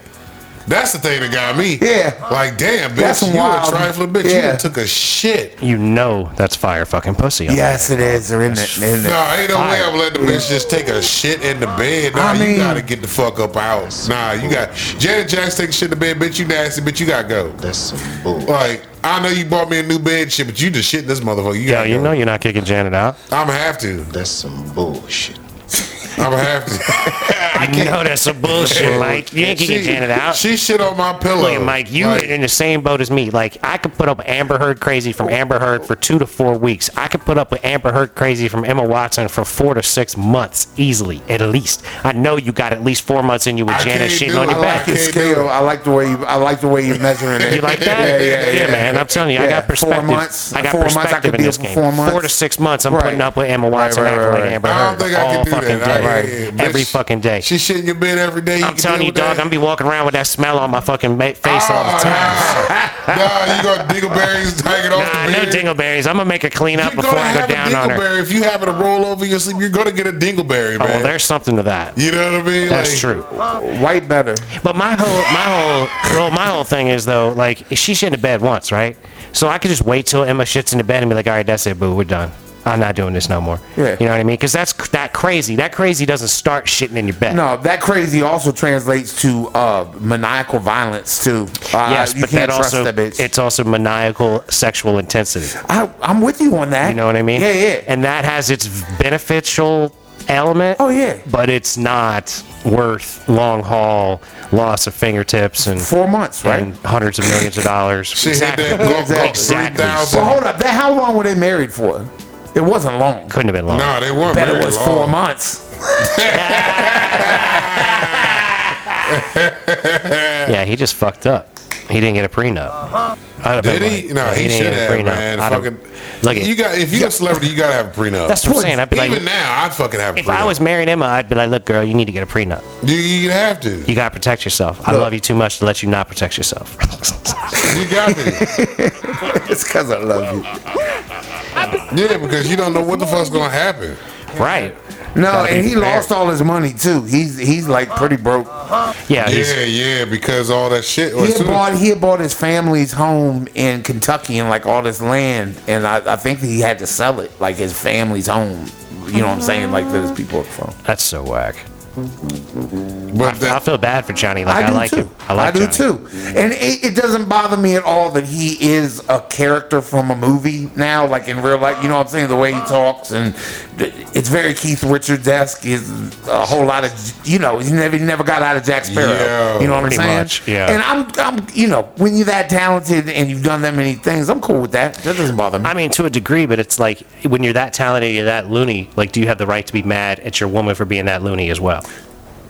Speaker 2: That's the thing that got me.
Speaker 3: Yeah.
Speaker 2: Like, damn, bitch,
Speaker 3: That's
Speaker 2: you
Speaker 3: wild.
Speaker 2: a trifling bitch. You
Speaker 3: Yeah.
Speaker 2: done took a shit.
Speaker 1: You know that's fire fucking pussy. on
Speaker 3: Yes, it is. Or in it, isn't it?
Speaker 2: Nah, ain't no way I'm letting the bitch just take a shit in the bed. Nah,
Speaker 3: I mean-
Speaker 2: you gotta get the fuck up out. Nah, you got Janet Jackson taking shit in the bed, bitch. You nasty, bitch. You gotta go.
Speaker 4: That's some bull.
Speaker 2: Like, I know you bought me a new bed, shit, but you just shit in this motherfucker. You
Speaker 1: Yeah,
Speaker 2: gotta
Speaker 1: you
Speaker 2: go.
Speaker 1: know you're not kicking Janet out.
Speaker 2: I'ma have to.
Speaker 4: That's some bullshit.
Speaker 2: I'ma have to.
Speaker 1: I know that's some bullshit, Mike. You ain't kicking
Speaker 2: she,
Speaker 1: Janet out.
Speaker 2: She shit on my pillow.
Speaker 1: Look at Mike, you
Speaker 2: Like,
Speaker 1: in the same boat as me. Like I could put up with Amber Heard crazy from Amber Heard for two to four weeks. I could put up with Amber Heard crazy from Emma Watson for four to six months easily, at least. I know you got at least four months in you with
Speaker 2: I
Speaker 1: Janet
Speaker 2: can't
Speaker 1: shitting
Speaker 2: do
Speaker 1: on
Speaker 2: it.
Speaker 1: your
Speaker 3: I like
Speaker 1: back.
Speaker 2: it.
Speaker 3: your
Speaker 2: Can't do
Speaker 3: scale. I like the way you. I like the way you're measuring it.
Speaker 1: You like that?
Speaker 3: Yeah, yeah, yeah.
Speaker 1: man. I'm telling you, I
Speaker 3: Yeah.
Speaker 1: got perspective.
Speaker 3: Four months.
Speaker 1: I got
Speaker 3: Four months, I
Speaker 1: perspective
Speaker 3: could
Speaker 1: in
Speaker 3: be
Speaker 1: this
Speaker 3: up for
Speaker 1: game.
Speaker 3: four months.
Speaker 1: to six months, I'm
Speaker 3: Right.
Speaker 1: putting up with Emma Watson
Speaker 3: right,
Speaker 1: acting
Speaker 3: right,
Speaker 1: like
Speaker 3: right.
Speaker 1: Amber
Speaker 2: I don't
Speaker 1: Heard
Speaker 2: think I
Speaker 1: all
Speaker 2: can do
Speaker 1: fucking
Speaker 2: that. I
Speaker 1: day,
Speaker 2: can't. Bitch,
Speaker 1: every fucking day.
Speaker 2: She shit in your bed every day.
Speaker 1: I'm
Speaker 2: can
Speaker 1: telling
Speaker 2: deal
Speaker 1: you,
Speaker 2: with
Speaker 1: dog,
Speaker 2: that?
Speaker 1: I'm be walking around with that smell on my fucking ma- face all
Speaker 3: Oh,
Speaker 1: the time.
Speaker 2: Ah, Nah, nah, you got dingleberries hanging off
Speaker 1: Nah,
Speaker 2: the
Speaker 1: no
Speaker 2: beard.
Speaker 1: dingleberries. I'm gonna make a clean up
Speaker 2: You're
Speaker 1: before
Speaker 2: gonna
Speaker 1: I go
Speaker 2: have a
Speaker 1: down on her.
Speaker 2: dingleberry if you happen to roll over in your sleep. You're gonna get a dingleberry,
Speaker 1: Oh,
Speaker 2: man.
Speaker 1: well, there's something to that.
Speaker 2: you know what I mean?
Speaker 1: That's
Speaker 2: Like,
Speaker 1: true.
Speaker 3: White better.
Speaker 1: But my whole, my whole, well, my whole thing is though, like she shit in the bed once, right? So I could just wait till Emma shits in the bed and be like, all right, that's it, boo, we're done. I'm not doing this no more.
Speaker 3: Yeah.
Speaker 1: You know what I mean? Because that's c- that crazy. That crazy doesn't start shitting in your bed.
Speaker 3: No, that crazy also translates to uh, maniacal violence too. Uh,
Speaker 1: Yes,
Speaker 3: you
Speaker 1: but
Speaker 3: can't
Speaker 1: that
Speaker 3: trust
Speaker 1: also
Speaker 3: that bitch.
Speaker 1: it's also maniacal sexual intensity.
Speaker 3: I, I'm with you on that.
Speaker 1: You know what I mean?
Speaker 3: Yeah, yeah.
Speaker 1: And that has its beneficial element.
Speaker 3: Oh, yeah.
Speaker 1: But it's not worth long haul loss of fingertips and,
Speaker 3: Four months, right?
Speaker 1: and hundreds of millions of dollars.
Speaker 2: She hit that Glock Glock
Speaker 1: Exactly.
Speaker 2: 3000.
Speaker 3: well, hold up. That, how long were they married for? It wasn't long.
Speaker 1: Couldn't have been long.
Speaker 2: Nah, they weren't.
Speaker 3: bet
Speaker 2: very
Speaker 3: it was
Speaker 2: long.
Speaker 3: four months.
Speaker 1: Yeah, he just fucked up. He didn't get a prenup. I'd have been
Speaker 2: Did he?
Speaker 1: like,
Speaker 2: No,
Speaker 1: yeah,
Speaker 2: he,
Speaker 1: didn't
Speaker 2: should
Speaker 1: get a
Speaker 2: have,
Speaker 1: prenup.
Speaker 2: man.
Speaker 1: I'd have-
Speaker 2: Fucking,
Speaker 1: look at
Speaker 2: you got if you're a celebrity, you gotta have a prenup.
Speaker 1: That's what I'm saying. I'd be
Speaker 2: Even
Speaker 1: like,
Speaker 2: now, I fucking have a
Speaker 1: if
Speaker 2: prenup.
Speaker 1: I was marrying Emma, I'd be like, look, girl, you need to get a prenup.
Speaker 2: you, you'd have to. You
Speaker 1: You gotta protect yourself. I love you too much to let you not protect yourself.
Speaker 2: got to.
Speaker 3: It's because I love you.
Speaker 2: yeah, because you don't know what the fuck's gonna happen.
Speaker 1: right.
Speaker 3: No,
Speaker 1: Gotta be
Speaker 3: and he
Speaker 1: prepared.
Speaker 3: lost all his money too. He's he's like pretty broke.
Speaker 1: Yeah, he's,
Speaker 2: Yeah, yeah, because all that shit.
Speaker 3: He
Speaker 2: as
Speaker 3: had
Speaker 2: soon as-
Speaker 3: bought he had bought his family's home in Kentucky and like all this land, and I, I think he had to sell it, like his family's home. You know what I'm saying? Like those people are from.
Speaker 1: that's so whack.
Speaker 2: But
Speaker 1: I
Speaker 2: that,
Speaker 1: feel bad for Johnny. Like I,
Speaker 3: do
Speaker 1: like
Speaker 3: too.
Speaker 1: him. I like
Speaker 3: do
Speaker 1: Johnny.
Speaker 3: too. And it, it doesn't bother me at all that he is a character from a movie now, like in real life. You know what I'm saying? The way he talks and th- it's very Keith Richards esque. Is a whole lot of you know. He never he never got out of Jack Sparrow.
Speaker 2: Yeah,
Speaker 3: you know what I'm
Speaker 1: pretty
Speaker 3: saying?
Speaker 1: much, yeah.
Speaker 3: And I'm I'm you know when you're that talented and you've done that many things, I'm cool with that. That doesn't bother me.
Speaker 1: I mean, to a degree, but it's like when you're that talented, you're that loony. Like, do you have the right to be mad at your woman for being that loony as well?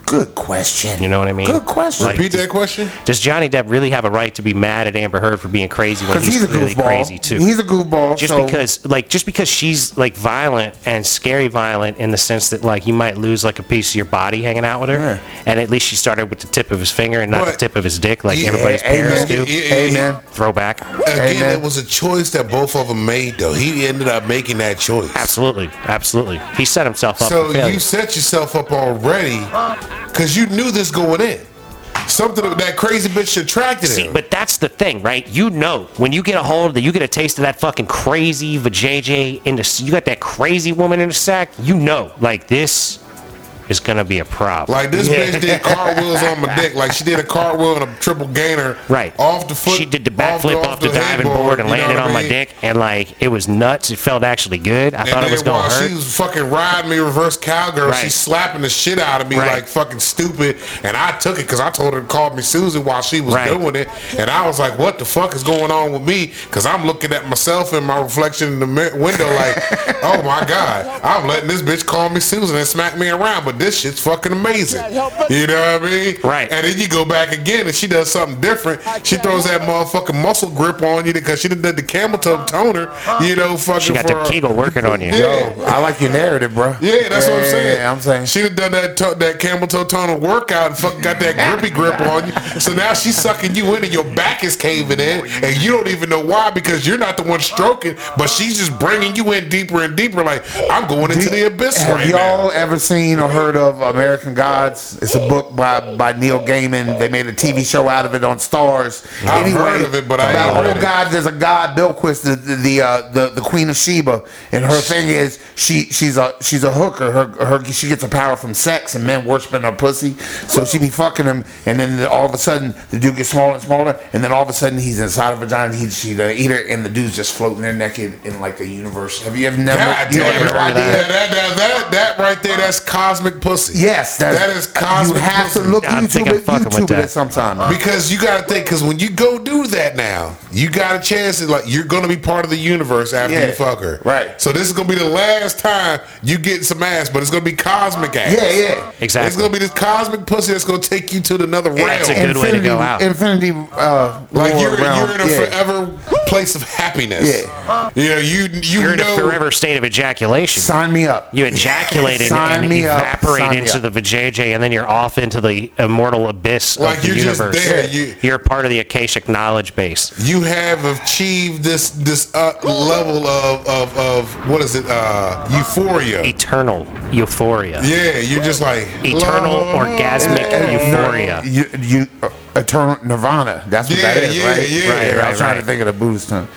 Speaker 3: Good question.
Speaker 1: You know what I mean?
Speaker 3: Good question.
Speaker 1: Like,
Speaker 2: repeat that question.
Speaker 1: does Johnny Depp really have a right to be mad at Amber Heard for being crazy when
Speaker 3: Because
Speaker 1: he's,
Speaker 3: he's a
Speaker 1: really
Speaker 3: goofball.
Speaker 1: crazy too?
Speaker 3: He's a goofball.
Speaker 1: just
Speaker 3: so
Speaker 1: because, like, just because she's like violent and scary violent in the sense that like you might lose like a piece of your body hanging out with her, and at least she started with the tip of his finger and not the
Speaker 2: But-
Speaker 1: tip of his dick like
Speaker 2: Yeah,
Speaker 1: everybody's parents
Speaker 2: amen.
Speaker 1: do.
Speaker 2: Yeah, yeah, yeah.
Speaker 3: Amen.
Speaker 1: Throwback.
Speaker 2: Again,
Speaker 3: Amen.
Speaker 2: it was a choice that both of them made, though. He ended up making that choice.
Speaker 1: Absolutely, absolutely. He set himself up. for
Speaker 2: So
Speaker 1: failure.
Speaker 2: you set yourself up already because you knew this going in. Something of that crazy bitch attracted
Speaker 1: See,
Speaker 2: him.
Speaker 1: but that's the thing, right? You know, when you get a hold of that, you get a taste of that fucking crazy vajayjay in the, you got that crazy woman in the sack. You know, like this is gonna be a problem.
Speaker 2: like this bitch did cartwheels on my dick. Like she did a cartwheel and a triple gainer.
Speaker 1: Right.
Speaker 2: Off the foot.
Speaker 1: She did the backflip off, the, diving board, and
Speaker 2: you know
Speaker 1: landed
Speaker 2: what I
Speaker 1: on my
Speaker 2: mean?
Speaker 1: dick, and like it was nuts. It felt actually good. I
Speaker 2: And
Speaker 1: thought it
Speaker 2: then
Speaker 1: was
Speaker 2: while
Speaker 1: gonna
Speaker 2: she
Speaker 1: hurt.
Speaker 2: was fucking riding me reverse cowgirl,
Speaker 1: Right.
Speaker 2: she's slapping the shit out of me
Speaker 1: Right.
Speaker 2: like fucking stupid. And I took it because I told her to call me Susan while she was
Speaker 1: Right.
Speaker 2: doing it. And I was like, what the fuck is going on with me? Because I'm looking at myself in my reflection in the mi- window like, oh my God, I'm letting this bitch call me Susan and smack me around. But this shit's fucking amazing. You know what I mean?
Speaker 1: Right.
Speaker 2: And then you go back again and she does something different. She throws that motherfucking muscle grip on you because she done did the camel toe toner, you know, fucking
Speaker 1: She got
Speaker 2: for
Speaker 1: the Kegel working on you.
Speaker 2: Yeah.
Speaker 3: Oh, I like your narrative, bro.
Speaker 2: Yeah, that's what I'm saying.
Speaker 3: Yeah, I'm saying.
Speaker 2: She'd have done that to- that camel toe tunnel workout and fucking got that grippy grip on you. So now she's sucking you in and your back is caving in and you don't even know why because you're not the one stroking, but she's just bringing you in deeper and deeper. Like I'm going into the abyss
Speaker 3: Have
Speaker 2: right
Speaker 3: y'all
Speaker 2: now.
Speaker 3: ever seen or heard of American Gods? It's a book by, by Neil Gaiman. They made a TV show out of it on Stars.
Speaker 2: I've heard of it, but I ain't
Speaker 3: about
Speaker 2: read
Speaker 3: old
Speaker 2: it.
Speaker 3: gods. There's a god, Bilquis, the the the, uh, the the Queen of Sheba, and her thing is she she's a she's a hooker. Her her she gets her power from sex and men worshiping her pussy. So she be fucking him, and then the- all of a sudden the dude gets smaller and smaller, and then all of a sudden he's inside of her vagina. He she the eater, and the dude's just floating there naked in like a universe. Have you ever never?
Speaker 2: God
Speaker 3: you
Speaker 2: damn
Speaker 3: have
Speaker 2: it.
Speaker 3: no idea.
Speaker 2: That, that, that, that, that right there, that's cosmic pussy.
Speaker 3: Yes, that's,
Speaker 2: that is cosmic
Speaker 3: You have to
Speaker 2: pussy.
Speaker 3: look
Speaker 1: I'm
Speaker 3: YouTube
Speaker 1: thinking
Speaker 3: it,
Speaker 1: fucking with
Speaker 3: YouTube
Speaker 1: that.
Speaker 3: it sometime.
Speaker 2: Because you got to think, because when you go do that now, you got a chance. That, like you're gonna be part of the universe after
Speaker 3: Yeah.
Speaker 2: you fuck her,
Speaker 3: Right.
Speaker 2: So this is gonna be the last time you get some ass, but it's gonna be cosmic ass.
Speaker 3: yeah, yeah.
Speaker 1: Exactly.
Speaker 2: It's gonna be this cosmic pussy that's gonna take you to another realm.
Speaker 1: That's a good way to go out.
Speaker 3: Infinity, uh,
Speaker 2: like
Speaker 3: war
Speaker 2: you're,
Speaker 3: realm.
Speaker 2: you're in a
Speaker 3: yeah.
Speaker 2: forever place of happiness.
Speaker 3: Yeah.
Speaker 2: You know, you you
Speaker 1: You're in a
Speaker 2: know
Speaker 1: forever state of ejaculation.
Speaker 3: Sign me up.
Speaker 1: You ejaculate and-
Speaker 3: Sign
Speaker 1: and
Speaker 3: me up.
Speaker 1: evaporate
Speaker 3: Sign me
Speaker 1: into
Speaker 3: up.
Speaker 1: the vajayjay, and then you're off into the immortal abyss
Speaker 2: Like
Speaker 1: of the
Speaker 2: you're just
Speaker 1: universe.
Speaker 2: there. You-
Speaker 1: are part of the Akashic knowledge base.
Speaker 2: you have achieved this this uh, level of, of of what is it uh euphoria.
Speaker 1: E- Eternal euphoria.
Speaker 2: yeah, Oh, you're just like
Speaker 1: Eternal orgasmic euphoria.
Speaker 3: You, you uh, eternal nirvana. That's what
Speaker 2: Yeah,
Speaker 3: that is,
Speaker 2: yeah,
Speaker 3: right? right?
Speaker 2: yeah.
Speaker 3: I
Speaker 1: Right,
Speaker 3: was trying
Speaker 1: right.
Speaker 3: to think of the Buddhist term.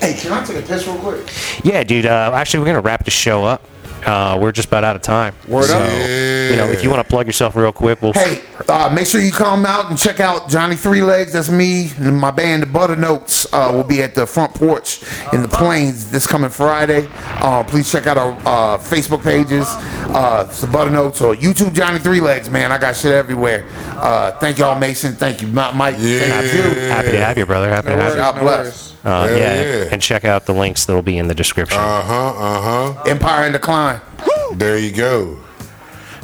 Speaker 3: Hey, can I take a piss real quick?
Speaker 1: Yeah, dude. Uh, actually, we're gonna wrap the show up. Uh, we're just about out of time.
Speaker 3: Word
Speaker 1: so,
Speaker 3: up.
Speaker 1: You know, if you want to plug yourself real quick, we'll.
Speaker 3: Hey, uh, make sure you come out and check out Johnny Three Legs. That's me and my band, the Butter Notes. Uh, will be at the front porch in the Plains this coming Friday. Uh, please check out our uh, Facebook pages, uh, it's the Butter Notes or YouTube Johnny Three Legs. Man, I got shit everywhere. Uh, thank y'all, Mason. Thank you, Mi- Mike. Thank you.
Speaker 1: Happy to have you, brother. Happy to have you.
Speaker 3: God bless.
Speaker 1: Uh,
Speaker 2: Hell
Speaker 1: yeah,
Speaker 2: yeah.
Speaker 1: and check out the links that'll be in the description.
Speaker 2: Uh huh. Uh huh.
Speaker 3: Empire in Decline.
Speaker 2: There you go.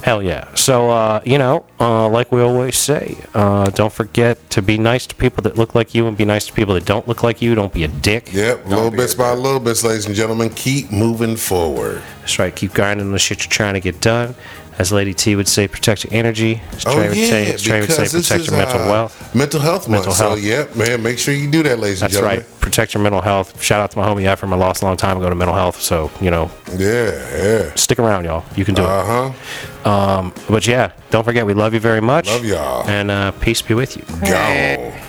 Speaker 1: Hell yeah. So, uh, you know, uh, like we always say, uh, don't forget to be nice to people that look like you and be nice to people that don't look like you. Don't be a dick.
Speaker 2: Yep. little bits by little bits, ladies and gentlemen. Keep moving forward.
Speaker 1: That's right. Keep grinding on the shit you're trying to get done. As Lady T would say, protect your energy. As
Speaker 2: Oh
Speaker 1: Trey would
Speaker 2: yeah,
Speaker 1: say, as Trey would
Speaker 2: because
Speaker 1: say
Speaker 2: this
Speaker 1: protect
Speaker 2: is
Speaker 1: your mental
Speaker 2: uh,
Speaker 1: wealth.
Speaker 2: Mental health month.
Speaker 1: Mental health.
Speaker 2: So yep, man. Make sure you do that, ladies
Speaker 1: That's
Speaker 2: and
Speaker 1: right.
Speaker 2: gentlemen.
Speaker 1: Protect your mental health. Shout out to my homie Ephraim. I lost a long time ago to mental health. So, you know,
Speaker 2: Yeah.
Speaker 1: stick around, y'all. You can do
Speaker 2: Yeah. Uh huh.
Speaker 1: it. Um, but yeah, don't forget, we love you very much.
Speaker 2: Love y'all.
Speaker 1: And uh, peace be with you.
Speaker 2: Go.